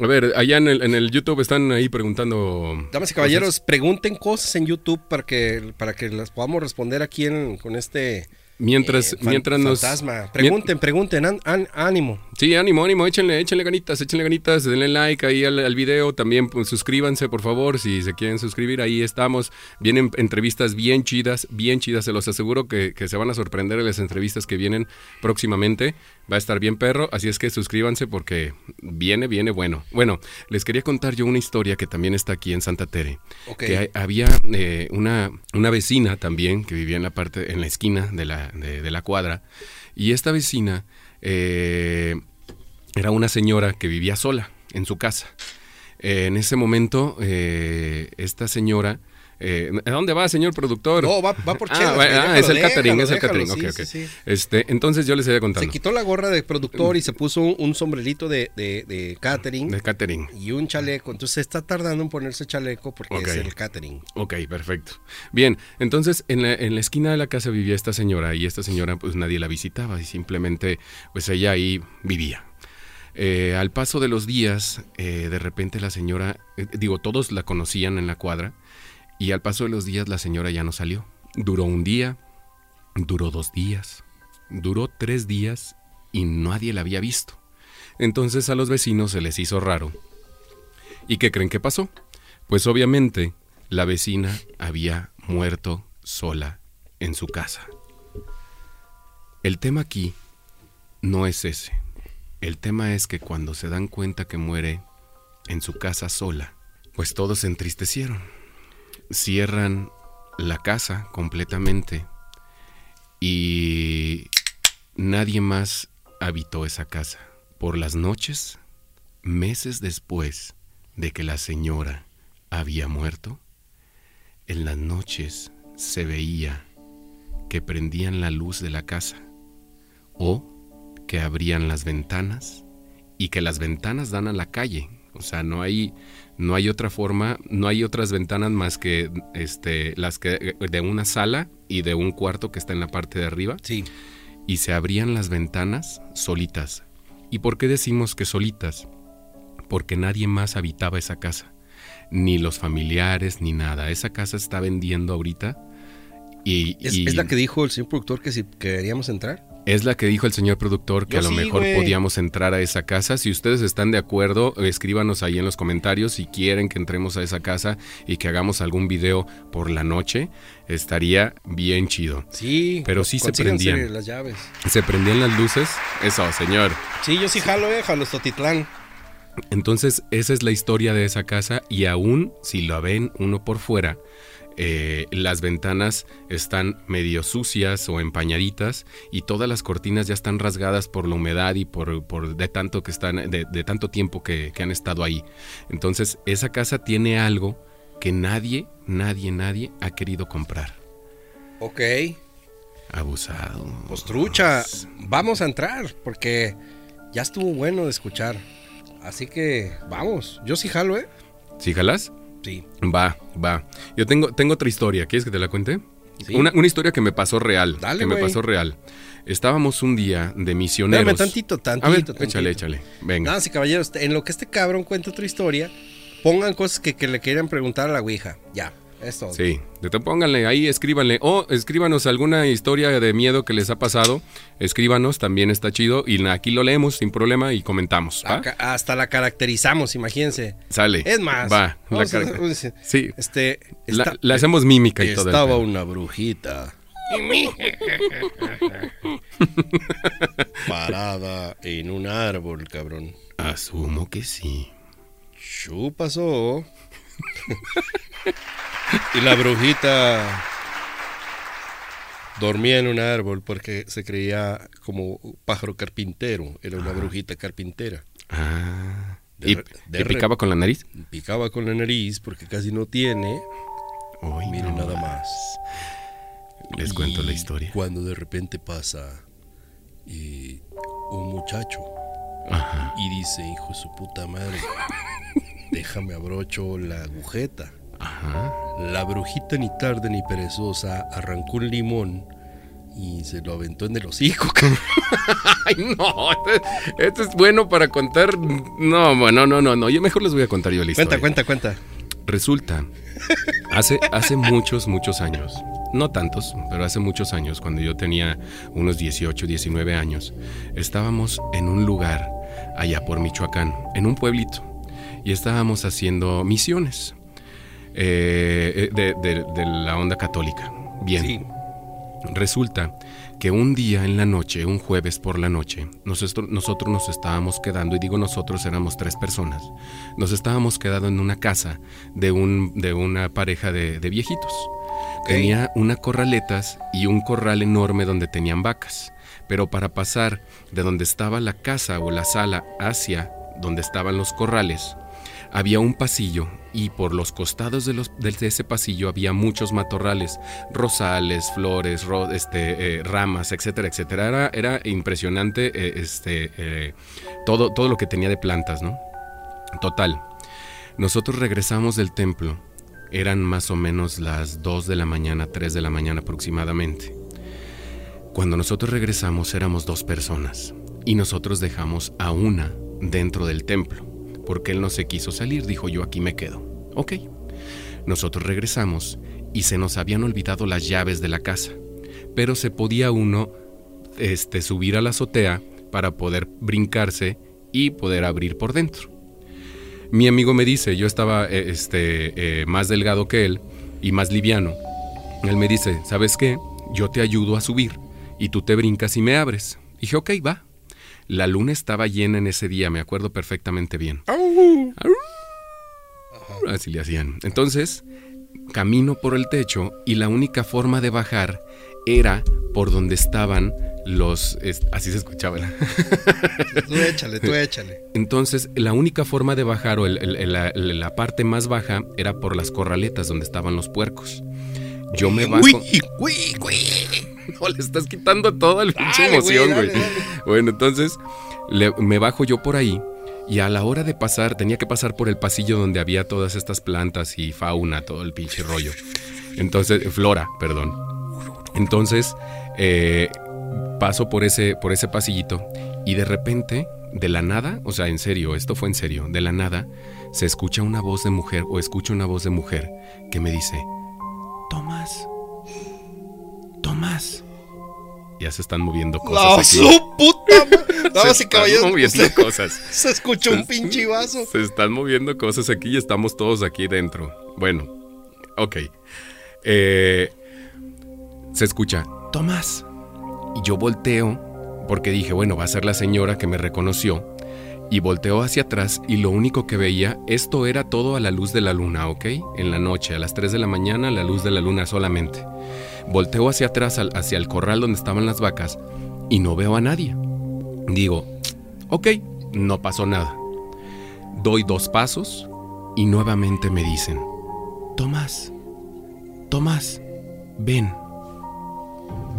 A: A ver, allá en el, en el YouTube están ahí preguntando...
B: Damas y caballeros, pregunten cosas en YouTube para que, para que las podamos responder aquí en- con este
A: Mientras,
B: eh, fan-
A: mientras nos...
B: fantasma. Pregunten, pregunten, an- an- ánimo.
A: Sí, ánimo, ánimo, échenle, échenle ganitas, échenle ganitas, denle like ahí al, al video, también pues, suscríbanse por favor si se quieren suscribir, ahí estamos, vienen entrevistas bien chidas, bien chidas, se los aseguro que, que se van a sorprender en las entrevistas que vienen próximamente, va a estar bien perro, así es que suscríbanse porque viene, viene bueno. Bueno, les quería contar yo una historia que también está aquí en Santa Tere,
B: Ok.
A: que hay- había eh, una, una vecina también que vivía en la parte, en la esquina de la, de- de la cuadra, y esta vecina... eh, era una señora que vivía sola en su casa. Eh, en ese momento, eh, esta señora... eh, ¿A dónde va, señor productor?
B: No, va, va por
A: Ah,
B: chelas,
A: bueno,
B: güey,
A: ah,
B: déjalo,
A: es el
B: déjalo,
A: catering, es el
B: déjalo,
A: catering,
B: sí,
A: ok, ok.
B: sí, sí.
A: Este, entonces yo les había contado.
B: Se quitó la gorra de productor y se puso un, un sombrerito de, de- de catering
A: De catering.
B: y un chaleco. Entonces está tardando en ponerse chaleco porque
A: Ok.
B: es el catering.
A: Ok, perfecto. Bien, entonces en la, en la esquina de la casa vivía esta señora y esta señora pues nadie la visitaba y simplemente pues ella ahí vivía. Eh, al paso de los días, eh, de repente la señora, eh, digo, todos la conocían en la cuadra y al paso de los días la señora ya no salió. Duró un día, duró dos días, duró tres días y nadie la había visto. Entonces a los vecinos se les hizo raro. ¿Y qué creen que pasó? Pues obviamente la vecina había muerto sola en su casa. El tema aquí no es ese. El tema es que cuando se dan cuenta que muere en su casa sola, pues todos se entristecieron. Cierran la casa completamente y nadie más habitó esa casa. Por las noches, meses después de que la señora había muerto, En las noches se veía que prendían la luz de la casa o que abrían las ventanas y que las ventanas dan a la calle. O sea, no hay, no hay otra forma, no hay otras ventanas más que este, las que de una sala y de un cuarto que está en la parte de arriba
B: Sí.
A: y se abrían las ventanas solitas. ¿Y por qué decimos que solitas? Porque nadie más habitaba esa casa, ni los familiares, ni nada. Esa casa está vendiendo ahorita y
B: ¿Es,
A: y-
B: es la que dijo el señor productor que si que deberíamos entrar?
A: es la que dijo el señor productor que
B: Yo
A: a lo
B: sí,
A: mejor
B: güey.
A: podíamos entrar a esa casa. Si ustedes están de acuerdo, escríbanos ahí en los comentarios si quieren que entremos a esa casa y que hagamos algún video por la noche. Estaría bien chido.
B: Sí.
A: Pero sí pues, se
B: consíganse
A: prendían.
B: las llaves.
A: ¿Se prendían las luces? Eso, señor.
B: Sí, yo sí jalo, eh, jalo Totitlán.
A: Entonces, esa es la historia de esa casa y aún si lo ven uno por fuera, eh, las ventanas están medio sucias o empañaditas y todas las cortinas ya están rasgadas por la humedad y por, por de tanto que están de, de tanto tiempo que, que han estado ahí. Entonces, esa casa tiene algo que nadie, nadie, nadie ha querido comprar.
B: Ok.
A: Abusado.
B: Pues trucha, vamos a entrar porque ya estuvo bueno de escuchar. Así que vamos, yo sí jalo, ¿eh?
A: ¿Sí jalas?
B: Sí.
A: Va, va. Yo tengo, tengo otra historia. ¿Quieres que te la cuente?
B: Sí.
A: Una, una historia que me pasó real.
B: Dale,
A: que me
B: güey.
A: pasó real. Estábamos un día de misioneros.
B: Espérame tantito, tantito,
A: A ver,
B: tantito.
A: échale, échale. Venga.
B: Damas y caballeros, en lo que este cabrón cuenta otra historia, pongan cosas que, que le quieran preguntar a la Ouija. Ya, esto.
A: Sí, de- te- pónganle ahí, escríbanle. O escríbanos alguna historia de miedo que les ha pasado. Escríbanos, también está chido. Y na- aquí lo leemos sin problema y comentamos. ¿va?
B: hasta la caracterizamos, imagínense.
A: Sale.
B: Es más,
A: Va. la
B: vamos a
A: carga.
B: hacer-
A: Sí.
B: Este,
A: La-
B: esta-
A: le hacemos mímica y todo. el
B: estaba
A: pedo.
B: una brujita parada en un árbol, cabrón.
A: Asumo que sí.
B: Chu pasó. y la brujita dormía en un árbol porque se creía como pájaro carpintero. Era una brujita carpintera.
A: Ah.
B: De
A: ¿Y,
B: re- de
A: y
B: re-
A: picaba con la nariz?
B: Picaba con la nariz porque casi no tiene.
A: Ay,
B: Miren
A: no.
B: nada más.
A: Les cuento la
B: Y
A: historia.
B: Cuando de repente pasa y un muchacho
A: Ajá.
B: y dice, hijo de su puta madre, déjame abrocho la agujeta.
A: Ajá.
B: La brujita ni tarde ni perezosa arrancó un limón y se lo aventó en el hocico. cabrón.
A: Ay, no. Esto, esto es bueno para contar. No, bueno, no, no, no. Yo mejor les voy a contar yo la historia.
B: cuenta, cuenta.
A: Resulta, hace, hace muchos, muchos años, no tantos, pero hace muchos años, cuando yo tenía unos 18, 19 años, estábamos en un lugar allá por Michoacán, en un pueblito, y estábamos haciendo misiones eh, eh, de, de- de la onda católica. Bien.
B: Sí.
A: Resulta que un día en la noche, un jueves por la noche, nosotros, nosotros nos estábamos quedando, y digo nosotros éramos tres personas, nos estábamos quedando en una casa de, un, de una pareja de, de viejitos. Tenía una corraletas y un corral enorme donde tenían vacas, pero para pasar de donde estaba la casa o la sala hacia donde estaban los corrales, había un pasillo y por los costados de, los, de ese pasillo había muchos matorrales, rosales, flores, ro- este, eh, ramas, etcétera, etcétera. Era, era impresionante eh, este, eh, todo, todo lo que tenía de plantas, ¿no? Total. Nosotros regresamos del templo. Eran más o menos las 2 de la mañana, 3 de la mañana aproximadamente. Cuando nosotros regresamos éramos dos personas y nosotros dejamos a una dentro del templo porque él no se quiso salir, dijo yo aquí me quedo. Ok. Nosotros regresamos y se nos habían olvidado las llaves de la casa, pero se podía uno este, subir a la azotea para poder brincarse y poder abrir por dentro. Mi amigo me dice, yo estaba eh, este, eh, más delgado que él y más liviano. Él me dice, ¿sabes qué? Yo te ayudo a subir y tú te brincas y me abres. Dije, ok, va. La luna estaba llena en ese día, me acuerdo perfectamente bien. Au. Así le hacían. Entonces, camino por el techo y la única forma de bajar era por donde estaban los... es- así se escuchaba. la-
B: Tú échale, tú échale.
A: Entonces, la única forma de bajar o el- el- el- la, la parte más baja era por las corraletas donde estaban los puercos. Yo me bajo... No, le estás quitando toda la pinche
B: Dale, güey,
A: emoción,
B: dale,
A: güey.
B: dale.
A: Bueno, entonces le- me bajo yo por ahí y a la hora de pasar, tenía que pasar por el pasillo donde había todas estas plantas y fauna, todo el pinche rollo. Entonces, eh, flora, perdón. Entonces, eh, paso por ese, por ese pasillito y de repente, de la nada, o sea, en serio, esto fue en serio, de la nada, se escucha una voz de mujer o escucho una voz de mujer que me dice, Tomás, Tomás. Ya se están moviendo cosas.
B: ¡No,
A: aquí.
B: ¡Ah, su puta madre!
A: Se
B: Damas y
A: están
B: caballeros,
A: moviendo
B: usted-
A: cosas.
B: se escuchó un pinche vaso.
A: Se están moviendo cosas aquí y estamos todos aquí dentro. Bueno, ok. Eh, se escucha, Tomás. Y yo volteo, porque dije, bueno, va a ser la señora que me reconoció. Y volteo hacia atrás y lo único que veía, esto era todo a la luz de la luna, ¿ok? En la noche, a las 3 de la mañana, a la luz de la luna solamente. Volteo hacia atrás, al- hacia el corral donde estaban las vacas, y no veo a nadie. Digo, ok, no pasó nada. Doy dos pasos y nuevamente me dicen, Tomás, Tomás, ven,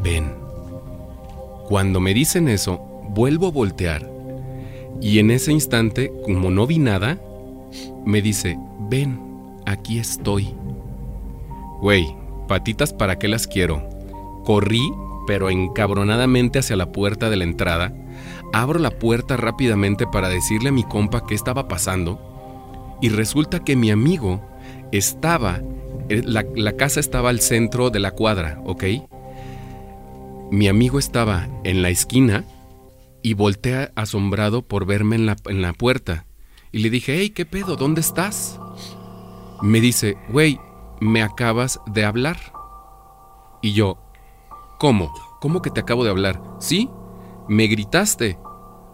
A: ven. Cuando me dicen eso, vuelvo a voltear y en ese instante, como no vi nada, me dice, ven, aquí estoy. Güey, patitas para qué las quiero. Corrí, pero encabronadamente hacia la puerta de la entrada Abro la puerta rápidamente para decirle a mi compa qué estaba pasando y resulta que mi amigo estaba, eh, la, la casa estaba al centro de la cuadra, ¿ok? Mi amigo estaba en la esquina y voltea asombrado por verme en la, en la puerta. Y le dije, hey, ¿qué pedo? ¿Dónde estás? Me dice, güey, me acabas de hablar. Y yo, ¿cómo? ¿Cómo que te acabo de hablar? ¿Sí? Me gritaste.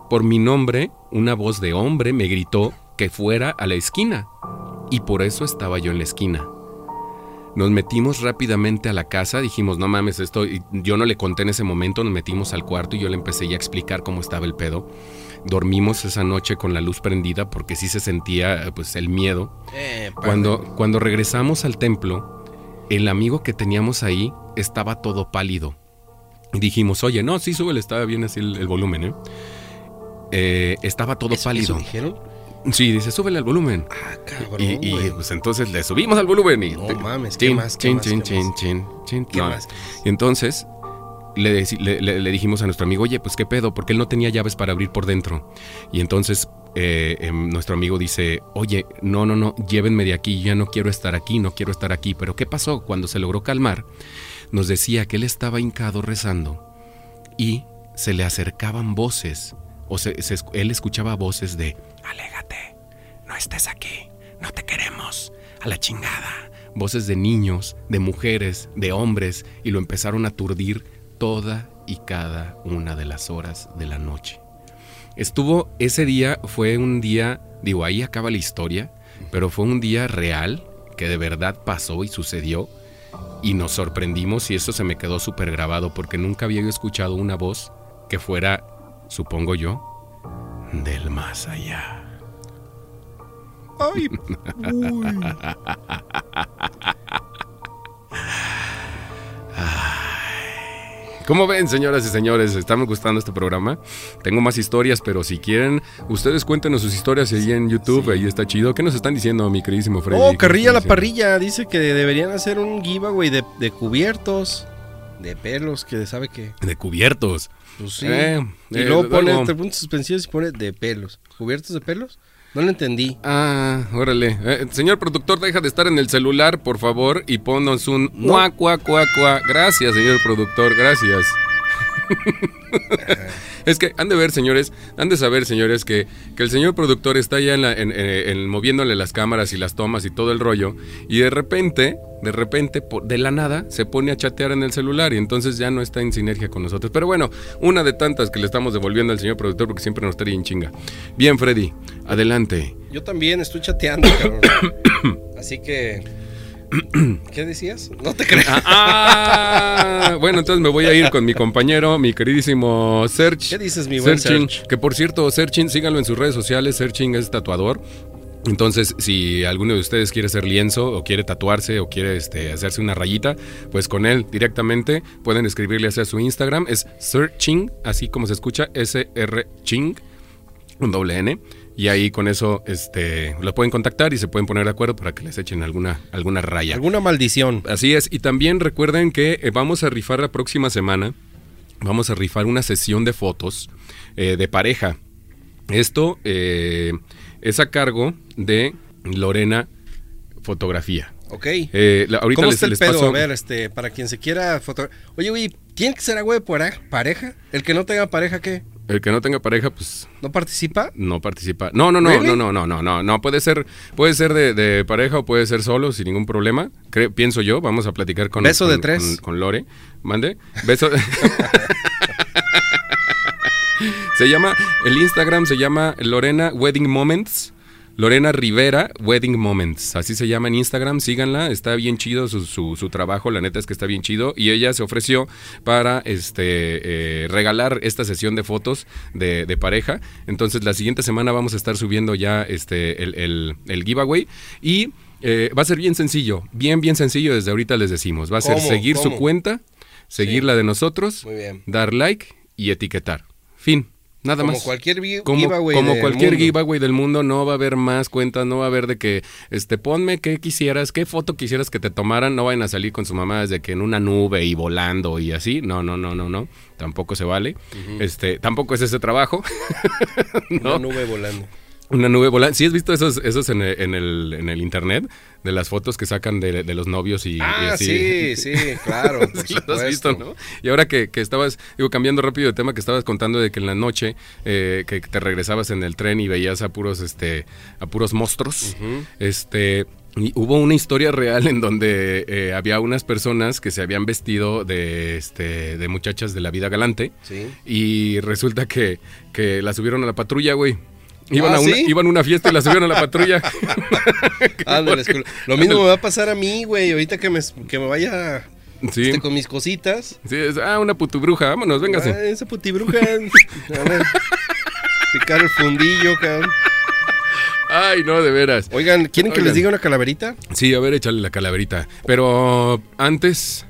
A: Por mi nombre, una voz de hombre me gritó que fuera a la esquina. Y por eso estaba yo en la esquina. Nos metimos rápidamente a la casa, dijimos, no mames, esto, y yo no le conté en ese momento, nos metimos al cuarto y yo le empecé ya a explicar cómo estaba el pedo. Dormimos esa noche con la luz prendida porque sí se sentía eh, pues el miedo. Cuando, cuando regresamos al templo, el amigo que teníamos ahí estaba todo pálido. Y dijimos, oye, no, sí, súbele, estaba bien así el, el volumen, ¿eh? Eh, estaba todo pálido.
B: dijeron?
A: Sí, dice, súbele al volumen.
B: Ah, cabrón,
A: Y, y,
B: güey.
A: pues entonces le subimos al volumen y...
B: No
A: te-
B: mames, ¿qué
A: chin,
B: más, qué
A: chin,
B: más,
A: chin,
B: qué más?
A: chin, chin, chin.
B: ¿Qué
A: No,
B: más?
A: y entonces le, deci- le- le- le dijimos a nuestro amigo, oye, pues qué pedo, porque él no tenía llaves para abrir por dentro. Y entonces eh, em, nuestro amigo dice, oye, no, no, no, llévenme de aquí, ya no quiero estar aquí, no quiero estar aquí. Pero ¿qué pasó? Cuando se logró calmar, nos decía que él estaba hincado rezando y se le acercaban voces, o se- se escu- él escuchaba voces de, alégate, no estés aquí, no te queremos, a la chingada. Voces de niños, de mujeres, de hombres, y lo empezaron a aturdir toda y cada una de las horas de la noche. Estuvo, ese día fue un día, digo, ahí acaba la historia, pero fue un día real que de verdad pasó y sucedió y nos sorprendimos y eso se me quedó súper grabado porque nunca había yo escuchado una voz que fuera, supongo yo, del más allá.
B: Ay, oh, uy.
A: ¿Cómo ven, señoras y señores? ¿Están gustando este programa? Tengo más historias, pero si quieren, ustedes cuéntenos sus historias ahí en YouTube, ahí está chido. ¿Qué nos están diciendo, mi queridísimo Freddy?
B: Oh,
A: ¿Qué nos
B: Carrilla la
A: están diciendo?
B: Parrilla dice que deberían hacer un giveaway de, de cubiertos, de pelos, que sabe que.
A: De cubiertos.
B: Pues sí.
A: Eh,
B: y
A: eh,
B: luego pone
A: luego.
B: entre puntos suspensivos y pone de pelos. ¿Cubiertos de pelos? No lo entendí.
A: Ah, órale. Eh, señor productor, deja de estar en el celular, por favor, y ponnos un cuá, cuá, cuá, cuá. Gracias, señor productor, gracias. es que han de ver, señores, han de saber, señores, que, que el señor productor está ya en la- en- en- en- moviéndole las cámaras y las tomas y todo el rollo, y de repente, de repente, por- de la nada, se pone a chatear en el celular y entonces ya no está en sinergia con nosotros. Pero bueno, una de tantas que le estamos devolviendo al señor productor porque siempre nos trae en chinga. Bien, Freddy, adelante.
B: Yo también estoy chateando, cabrón. Así que ¿Qué decías? No te creas.
A: Ah, bueno, entonces me voy a ir con mi compañero, mi queridísimo Search.
B: ¿Qué dices, mi buen
A: Searching,
B: Search?
A: Que por cierto, Searching, síganlo en sus redes sociales. Searching es tatuador. Entonces, si alguno de ustedes quiere ser lienzo o quiere tatuarse o quiere este, hacerse una rayita, pues con él directamente pueden escribirle hacia su Instagram. Es Searching, así como se escucha, S-R-Ching, un doble N. Y ahí con eso este, lo pueden contactar y se pueden poner de acuerdo para que les echen alguna, alguna raya.
B: Alguna maldición.
A: Así es, y también recuerden que eh, vamos a rifar la próxima semana, vamos a rifar una sesión de fotos eh, de pareja. Esto eh, es a cargo de Lorena Fotografía.
B: Ok.
A: Eh, la- ahorita
B: ¿Cómo
A: les,
B: está el
A: les
B: pedo?
A: paso-
B: A ver, este, para quien se quiera foto... Oye, güey, ¿tiene que ser a huevo para- pareja? ¿El que no tenga pareja qué?
A: El que no tenga pareja, pues
B: ¿No participa?
A: no participa. No, no, no,
B: ¿Really?
A: no, no, no, no, no, no. Puede ser, puede ser de, de pareja o puede ser solo, sin ningún problema. Cre- pienso yo, vamos a platicar con,
B: Beso de
A: con-
B: tres.
A: con- con Lore. Mande. Beso. se llama, el Instagram se llama Lorena Wedding Moments. Lorena Rivera Wedding Moments, así se llama en Instagram, síganla, está bien chido su, su- su trabajo, la neta es que está bien chido y ella se ofreció para este eh, regalar esta sesión de fotos de, de pareja, entonces la siguiente semana vamos a estar subiendo ya este el, el- el giveaway y eh, va a ser bien sencillo, bien bien sencillo desde ahorita les decimos, va a ser
B: ¿Cómo?
A: seguir su
B: ¿Cómo?
A: cuenta, seguir la de nosotros,
B: Muy bien.
A: dar like y etiquetar, fin, nada
B: como
A: más
B: cualquier gui-
A: como,
B: giveaway
A: como
B: del
A: cualquier
B: mundo.
A: giveaway del mundo no va a haber más cuentas, no va a haber de que este ponme qué quisieras, qué foto quisieras que te tomaran, no vayan a salir con su mamá desde que en una nube y volando y así. No, no, no, no, no. Tampoco se vale. Este, tampoco es ese trabajo.
B: Una
A: ¿no?
B: nube volando.
A: Una nube volando. ¿Sí has visto esos, esos en, el, en el- en el internet? De las fotos que sacan de, de los novios y, y
B: Ah,
A: así.
B: sí, sí, claro. por
A: Sí, lo has visto,
B: supuesto.
A: ¿no? Y ahora que, que estabas, digo, cambiando rápido de tema, que estabas contando de que en la noche eh, que te regresabas en el tren y veías a puros, este, a puros monstruos, este, y hubo una historia real en donde eh, había unas personas que se habían vestido de, este, de muchachas de la vida galante
B: Sí.
A: y resulta que, que la subieron a la patrulla, güey. Iban,
B: Ah,
A: a una,
B: ¿sí?
A: iban a una fiesta y la subieron a la patrulla.
B: Ándale,
A: Porque-
B: culo. Lo mismo me va a pasar a mí, güey. Ahorita que me, que me vaya
A: Sí,
B: este, con mis cositas.
A: sí, es, ah, una putubruja, vámonos, véngase.
B: Ah, esa putibruja. A ver, Picar el fundillo, cabrón.
A: Ay, no, de veras.
B: Oigan, ¿quieren que
A: Oigan.
B: les diga una calaverita?
A: Sí, a ver, échale la calaverita. Pero antes,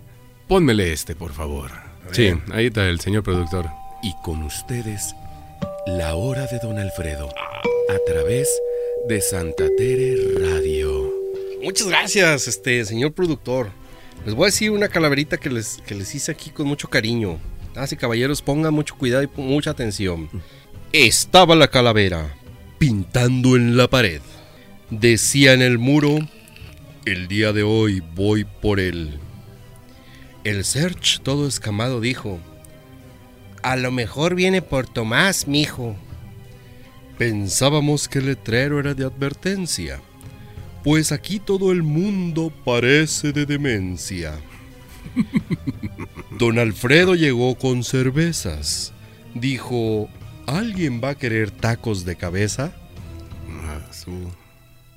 A: pónmele este, por favor. Sí, ahí está el señor productor. Y con ustedes, la hora de Don Alfredo, a través de Santa Tere Radio.
B: Muchas gracias, este señor productor. Les voy a decir una calaverita que les, que les hice aquí con mucho cariño. Así caballeros, pongan mucho cuidado y pu- mucha atención. Estaba la calavera pintando en la pared. Decía en el muro, el día de hoy voy por él. El search todo escamado dijo,
D: A lo mejor viene por Tomás, mijo.
B: Pensábamos que el letrero era de advertencia, pues aquí todo el mundo parece de demencia. Don Alfredo llegó con cervezas. Dijo, ¿alguien va a querer tacos de cabeza?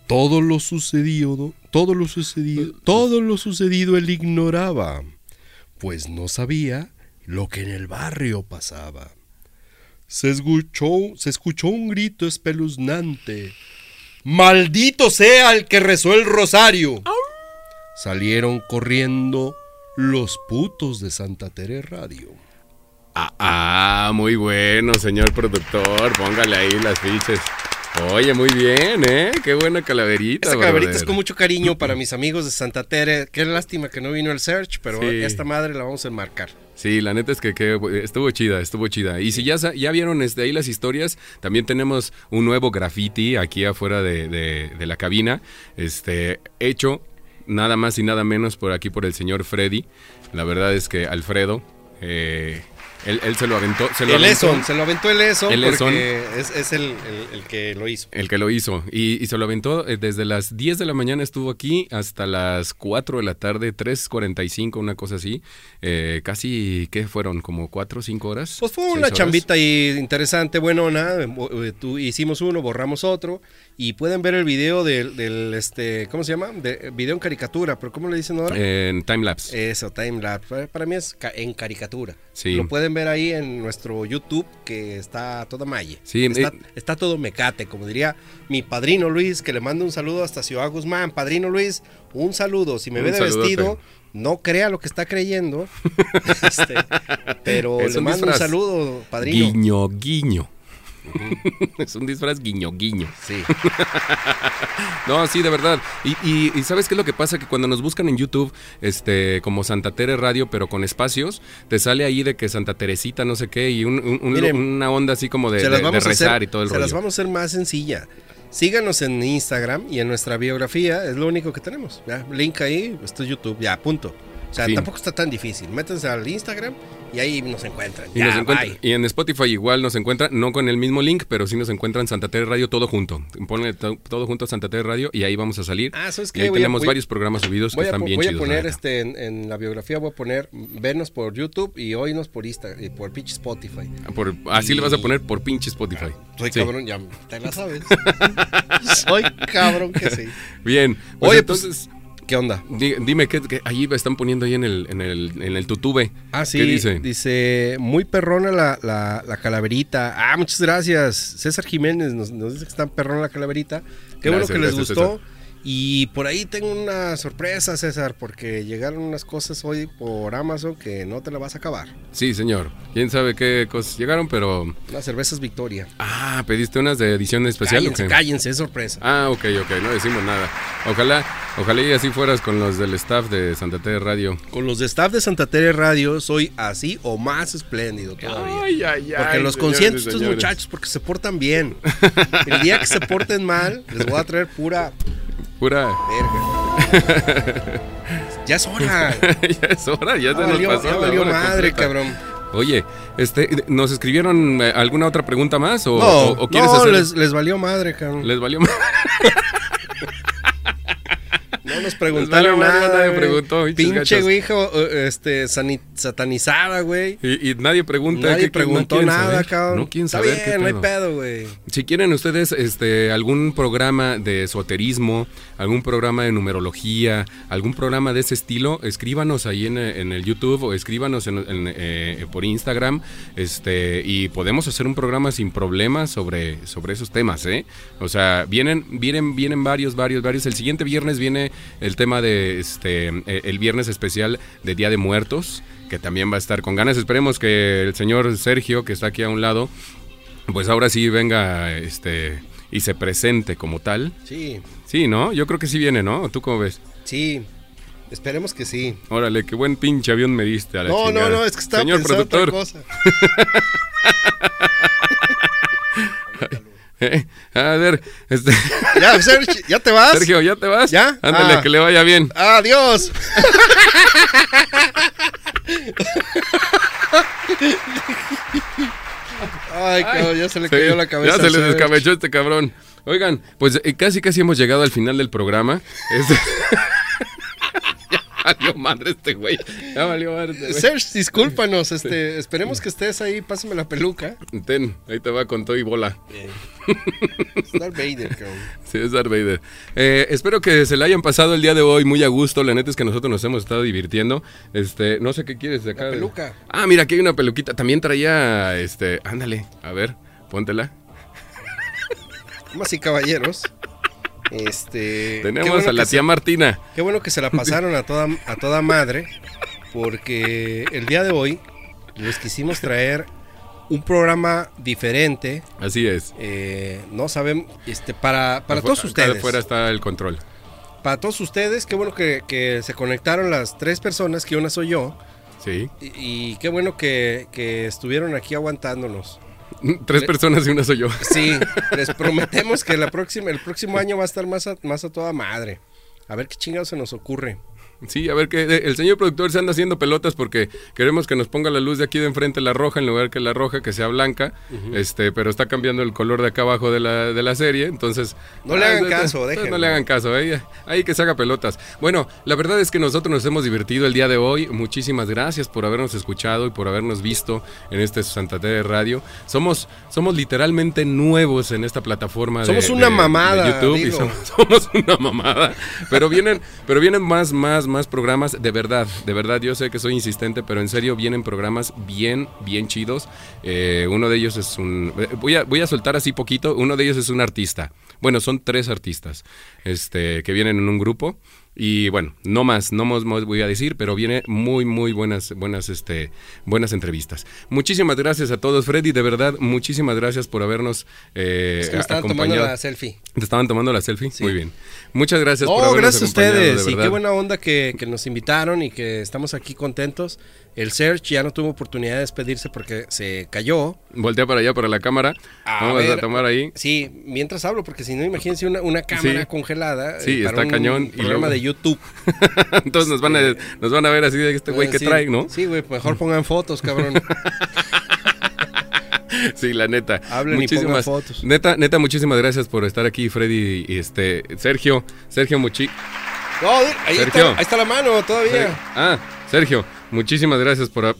B: Todo lo sucedido, todo lo sucedido, todo lo sucedido él ignoraba, pues no sabía lo que en el barrio pasaba. Se escuchó, se escuchó un grito espeluznante. ¡Maldito sea el que rezó el rosario! Salieron corriendo los putos de Santa Tere Radio.
A: Ah, ah, muy bueno, señor productor. Póngale ahí las fichas. Oye, muy bien, ¿eh? Qué buena calaverita.
B: Esta calaverita
A: brother.
B: es con mucho cariño para mis amigos de Santa Tere. Qué lástima que no vino el search, pero
A: Sí.
B: esta madre la vamos a enmarcar.
A: Sí, la neta es que, que estuvo chida, estuvo chida. Y si ya, sa- ya vieron este, ahí las historias, también tenemos un nuevo graffiti aquí afuera de, de- de la cabina, este, hecho nada más y nada menos por aquí por el señor Freddy. La verdad es que Alfredo, eh,
E: Él, él se lo aventó. Se lo
D: el
E: aventó.
D: Eson, se lo aventó el Eson
E: El Eson.
D: porque es, es el, el- el que lo hizo.
E: El que lo hizo. Y, y se lo aventó eh, desde las 10 de la mañana estuvo aquí hasta las 4 de la tarde, 3.45, una cosa así. Eh, casi, ¿qué fueron? ¿Como 4 o 5 horas?
D: Pues fue
E: ¿Seis
D: una
E: horas?
D: chambita ahí interesante, bueno, nada, eh, hicimos uno, borramos otro y pueden ver el video del, del, este, ¿cómo se llama? De- video en caricatura, pero ¿cómo le dicen ahora?
E: En timelapse.
D: Eso, time lapse. Para- Para mí es ca- en caricatura.
E: Sí.
D: Lo pueden ver ahí en nuestro YouTube que está a toda malle.
E: Sí,
D: está,
E: eh.
D: está todo mecate, como diría mi padrino Luis, que le mando un saludo hasta Ciudad Guzmán. Padrino Luis, un saludo. Si me
E: Un
D: ve de
E: saludote.
D: vestido, no crea lo que está creyendo. Este, pero
E: Es
D: le
E: un
D: mando un
E: disfraz.
D: saludo, padrino.
E: guiño, guiño. es un disfraz guiño, guiño.
D: Sí.
E: No, sí, de verdad. Y, y- y ¿sabes qué es lo que pasa? Que cuando nos buscan en YouTube, este, como Santa Tere Radio, pero con espacios, te sale ahí de que Santa Teresita, no sé qué, y un- un- un-
D: Miren,
E: una onda así como de,
D: se las
E: de- de
D: vamos a hacer-
E: rezar y todo el
D: se
E: rollo.
D: las vamos a hacer más sencilla. Síganos en Instagram y en nuestra biografía, es lo único que tenemos. Ya, link ahí, esto es YouTube, ya, punto. O sea,
E: Sí.
D: tampoco está tan difícil. Métanse al Instagram y ahí nos encuentran.
E: Y,
D: ya,
E: nos encuentran-
D: bye.
E: y en Spotify igual nos encuentran, no con el mismo link, pero sí nos encuentran Santa Tere Radio todo junto. Ponle to- todo junto a Santa Tere Radio y ahí vamos a salir.
D: Ah, ¿sabes
E: y
D: qué?
E: ahí
D: Voy a-
E: tenemos
D: voy-
E: varios programas subidos que
D: Voy a,
E: están
D: po-
E: bien
D: voy a
E: chidos. la
D: poner
E: neta.
D: este, en, en la biografía, voy a poner vernos por YouTube y oírnos por Instagram, por pitch Spotify.
E: Por- así le vas a
D: este y-
E: poner por pinche
D: Soy
E: Spotify. Sí. Pues
D: cabrón, ya te la sabes. Soy cabrón que sí.
E: Bien.
D: Oye,
E: Oye,
D: pues-
E: entonces...
D: ¿Qué onda?
E: Di- Dime, ¿qué, qué- ahí están poniendo ahí en el, en el, en el tutube?
D: Ah, sí.
E: ¿Qué dice?
D: Dice, muy perrona la, la- la calaverita. Ah, muchas gracias. César Jiménez nos, nos dice que está perrona la calaverita. Qué bueno
E: Gracias,
D: que les
E: gracias,
D: gustó. Y por ahí tengo una sorpresa, César, porque llegaron unas cosas hoy por Amazon que no te la vas a acabar.
E: Sí, señor. ¿Quién sabe qué cosas llegaron? Pero...
D: Las cervezas Victoria.
E: Ah, ¿pediste unas de edición especial? o
D: cállense,
E: qué?
D: cállense, es sorpresa.
E: Ah, ok, ok, no decimos nada. Ojalá, ojalá y así fueras con los del staff de Santa Tere Radio.
D: Con los de staff de Santa Tere Radio soy así o más espléndido todavía. Porque los consientes estos muchachos, porque se portan bien. El día que se porten mal, les voy a traer pura
E: Pura...
D: Verga. ya es hora.
E: ya es hora, ya
D: Ya
E: se nos
D: valió,
E: pasó
D: ya
E: la
D: valió
E: hora
D: madre,
E: completa.
D: cabrón.
E: Oye, este, ¿nos escribieron eh, alguna otra pregunta más? ¿O,
D: No,
E: o- o quieres
D: no,
E: hacer-
D: les, les valió madre, cabrón.
E: les valió más?
D: no nos preguntaron
E: valió madre,
D: nada.
E: nadie
D: güey.
E: preguntó, pinches
D: Pinche
E: gachos.
D: güey, hijo, eh, este, sani- satanizada, güey.
E: Y, y nadie pregunta.
D: Nadie
E: ¿qué- qué- no
D: preguntó
E: quieren
D: nada,
E: saber?
D: cabrón.
E: No quieren
D: Está
E: saber
D: bien,
E: qué
D: no hay
E: pedo.
D: pedo, güey.
E: Si quieren ustedes este, algún programa de esoterismo, algún programa de numerología, algún programa de ese estilo, escríbanos ahí en, eh, en el YouTube o escríbanos en- en, eh, por Instagram este, y podemos hacer un programa sin problemas sobre, sobre esos temas. ¿eh? O sea, vienen, vienen, vienen varios, varios, varios. El siguiente viernes viene el tema de este, eh, el viernes especial de Día de Muertos, que también va a estar con ganas. Esperemos que el señor Sergio, que está aquí a un lado, pues ahora sí venga este y se presente como tal.
D: Sí,
E: Sí, ¿no? Yo creo que sí viene, ¿no? ¿Tú cómo ves?
D: sí. Esperemos que sí.
E: Órale, qué buen pinche avión me diste a la
D: No, no,
E: chingada.
D: no, es que estaba
E: Señor
D: pensando
E: productor,
D: otra cosa.
E: ¿eh? a ver, este,
D: Ya, Sergio, ¿ya te vas?
E: Sergio, ¿ya te vas?
D: ¿Ya?
E: Ándale,
D: Ah.
E: que le vaya bien.
D: Adiós. Ay, cabrón, ya se le cayó
E: Sí,
D: la cabeza.
E: Ya se les
D: ¿sabes?
E: descabechó este cabrón. Oigan, pues eh, casi casi hemos llegado al final del programa. Este- ya valió madre este güey. Ya valió madre este güey.
D: Serge, discúlpanos, este, esperemos que estés ahí, pásame la peluca.
E: Ten, ahí te va con todo y bola.
D: Darth Vader, cabrón.
E: Sí, es Darth Vader. Eh, espero que se la hayan pasado el día de hoy muy a gusto. La neta es que nosotros nos hemos estado divirtiendo. Este, no sé qué quieres de acá.
D: La peluca.
E: Ah, mira, aquí hay una peluquita. También traía, este, ándale, a ver, póntela.
D: Eh, Damas y caballeros, este...
E: Tenemos
D: qué bueno
E: a la
D: que
E: tía Martina.
D: se- qué bueno que se la pasaron a toda, a toda madre, porque el día de hoy les quisimos traer un programa diferente,
E: Así es.
D: eh, no sabemos, este, para, para
E: Afu-
D: todos
E: acá
D: ustedes.
E: afuera está el control.
D: Para todos ustedes, qué bueno que, que se conectaron las tres personas, que una soy yo,
E: Sí.
D: y, y qué bueno que, que estuvieron aquí aguantándonos.
E: Tres
D: Le-
E: personas y una soy yo.
D: Sí, les prometemos que la próxima, el próximo año va a estar más a, más a toda madre. A ver qué chingados se nos ocurre.
E: Sí, a ver que eh, el señor productor se anda haciendo pelotas porque queremos que nos ponga la luz de aquí de enfrente la roja en lugar que la roja que sea blanca, este, pero está cambiando el color de acá abajo de la, de la serie, entonces
D: No le hagan
E: eh,
D: caso,
E: eh, No
D: déjenlo.
E: le hagan caso, ahí, ahí que se haga pelotas. Bueno, la verdad es que nosotros nos hemos divertido el día de hoy. Muchísimas gracias por habernos escuchado y por habernos visto en este Santa Tere Radio. Somos somos literalmente nuevos en esta plataforma de-
D: Somos
E: de-
D: una
E: de
D: mamada,
E: YouTube y
D: dilo.
E: somos somos una mamada. Pero vienen, pero vienen más, más, más programas de verdad, de verdad. Yo sé que soy insistente, pero en serio vienen programas bien, bien chidos. Eh, uno de ellos es un, eh, voy a, voy a soltar así poquito. Uno de ellos es un artista. Bueno, son tres artistas, este, que vienen en un grupo. Y bueno, no más, no más, más voy a decir, pero viene muy, muy buenas, buenas, este, buenas entrevistas. Muchísimas gracias a todos, Freddy, de verdad, muchísimas gracias por habernos eh,
D: Es que me estaban tomando
E: acompañado.
D: la selfie.
E: ¿Te estaban tomando la selfie? Muy bien. Muchas gracias por
D: Oh,
E: habernos
D: gracias a
E: acompañado, de
D: ustedes. Y qué
E: verdad.
D: buena onda que, que nos invitaron y que estamos aquí contentos. El Search ya no tuvo oportunidad de despedirse porque se cayó.
E: Voltea para allá, para la cámara.
D: A
E: Vamos a
D: ver.
E: tomar ahí.
D: Sí, mientras hablo, porque si no, imagínense una, una cámara
E: Sí.
D: congelada. eh,
E: Sí, está
D: un
E: cañón, y
D: Programa
E: luego-
D: de YouTube.
E: Entonces nos van, a, nos van a ver así de este güey que
D: Ah, Sí,
E: trae, ¿no?
D: Sí, güey, pues mejor pongan fotos, cabrón.
E: Sí, la neta.
D: Hablen y pongan
E: muchísimas
D: fotos.
E: Neta, neta, muchísimas gracias por estar aquí, Freddy y este Sergio. Sergio Muchi.
D: No, ahí,
E: Sergio.
D: está, ahí está la mano todavía.
E: Ah, Sergio, muchísimas gracias por a-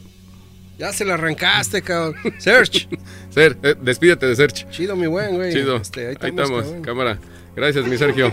D: Ya se la arrancaste, cabrón. Search.
E: ser. eh, despídete de Sergio.
D: Chido, mi buen, güey.
E: Chido.
D: Este,
E: ahí
D: ahí
E: estamos,
D: estamos. cabrón.
E: cámara. Gracias, mi Sergio.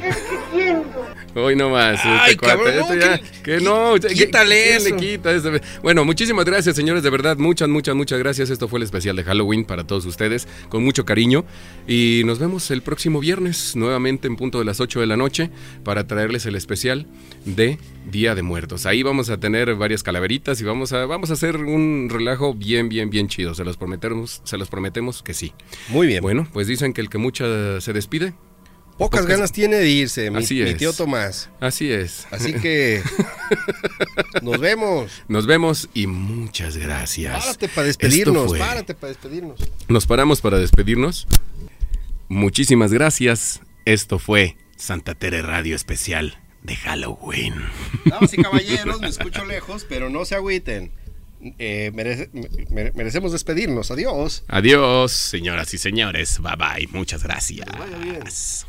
E: Hoy no más. este
D: Ay,
E: cuate,
D: cabrón,
E: esto
D: no,
E: ya-
D: que-
E: que no, ya- que-
D: quítale
E: ¿quién
D: eso.
E: le quita ese- Bueno, muchísimas gracias, señores, de verdad. Muchas, muchas, muchas gracias. Esto fue el especial de Halloween para todos ustedes, con mucho cariño. Y nos vemos el próximo viernes, nuevamente en punto de las 8 de la noche, para traerles el especial de Día de Muertos. Ahí vamos a tener varias calaveritas y vamos a, vamos a hacer un relajo bien, bien, bien chido. Se los prometemos, se los prometemos que sí.
D: Muy bien.
E: Bueno, pues dicen que el que mucha se despide.
D: Pocas
E: Pocas-
D: ganas tiene de irse, mi,
E: Así
D: mi
E: es.
D: tío Tomás.
E: Así es.
D: Así que nos vemos.
E: Nos vemos y muchas gracias.
D: Párate para
E: Esto
D: despedirnos,
E: fue-
D: párate para despedirnos.
E: Nos paramos para despedirnos. Muchísimas gracias. Esto fue Santa Tere Radio Especial de Halloween.
D: Damas y caballeros, me escucho lejos, pero no se agüiten. Eh, merece- mere- merecemos despedirnos. Adiós.
E: Adiós, señoras y señores. Bye bye. Muchas gracias.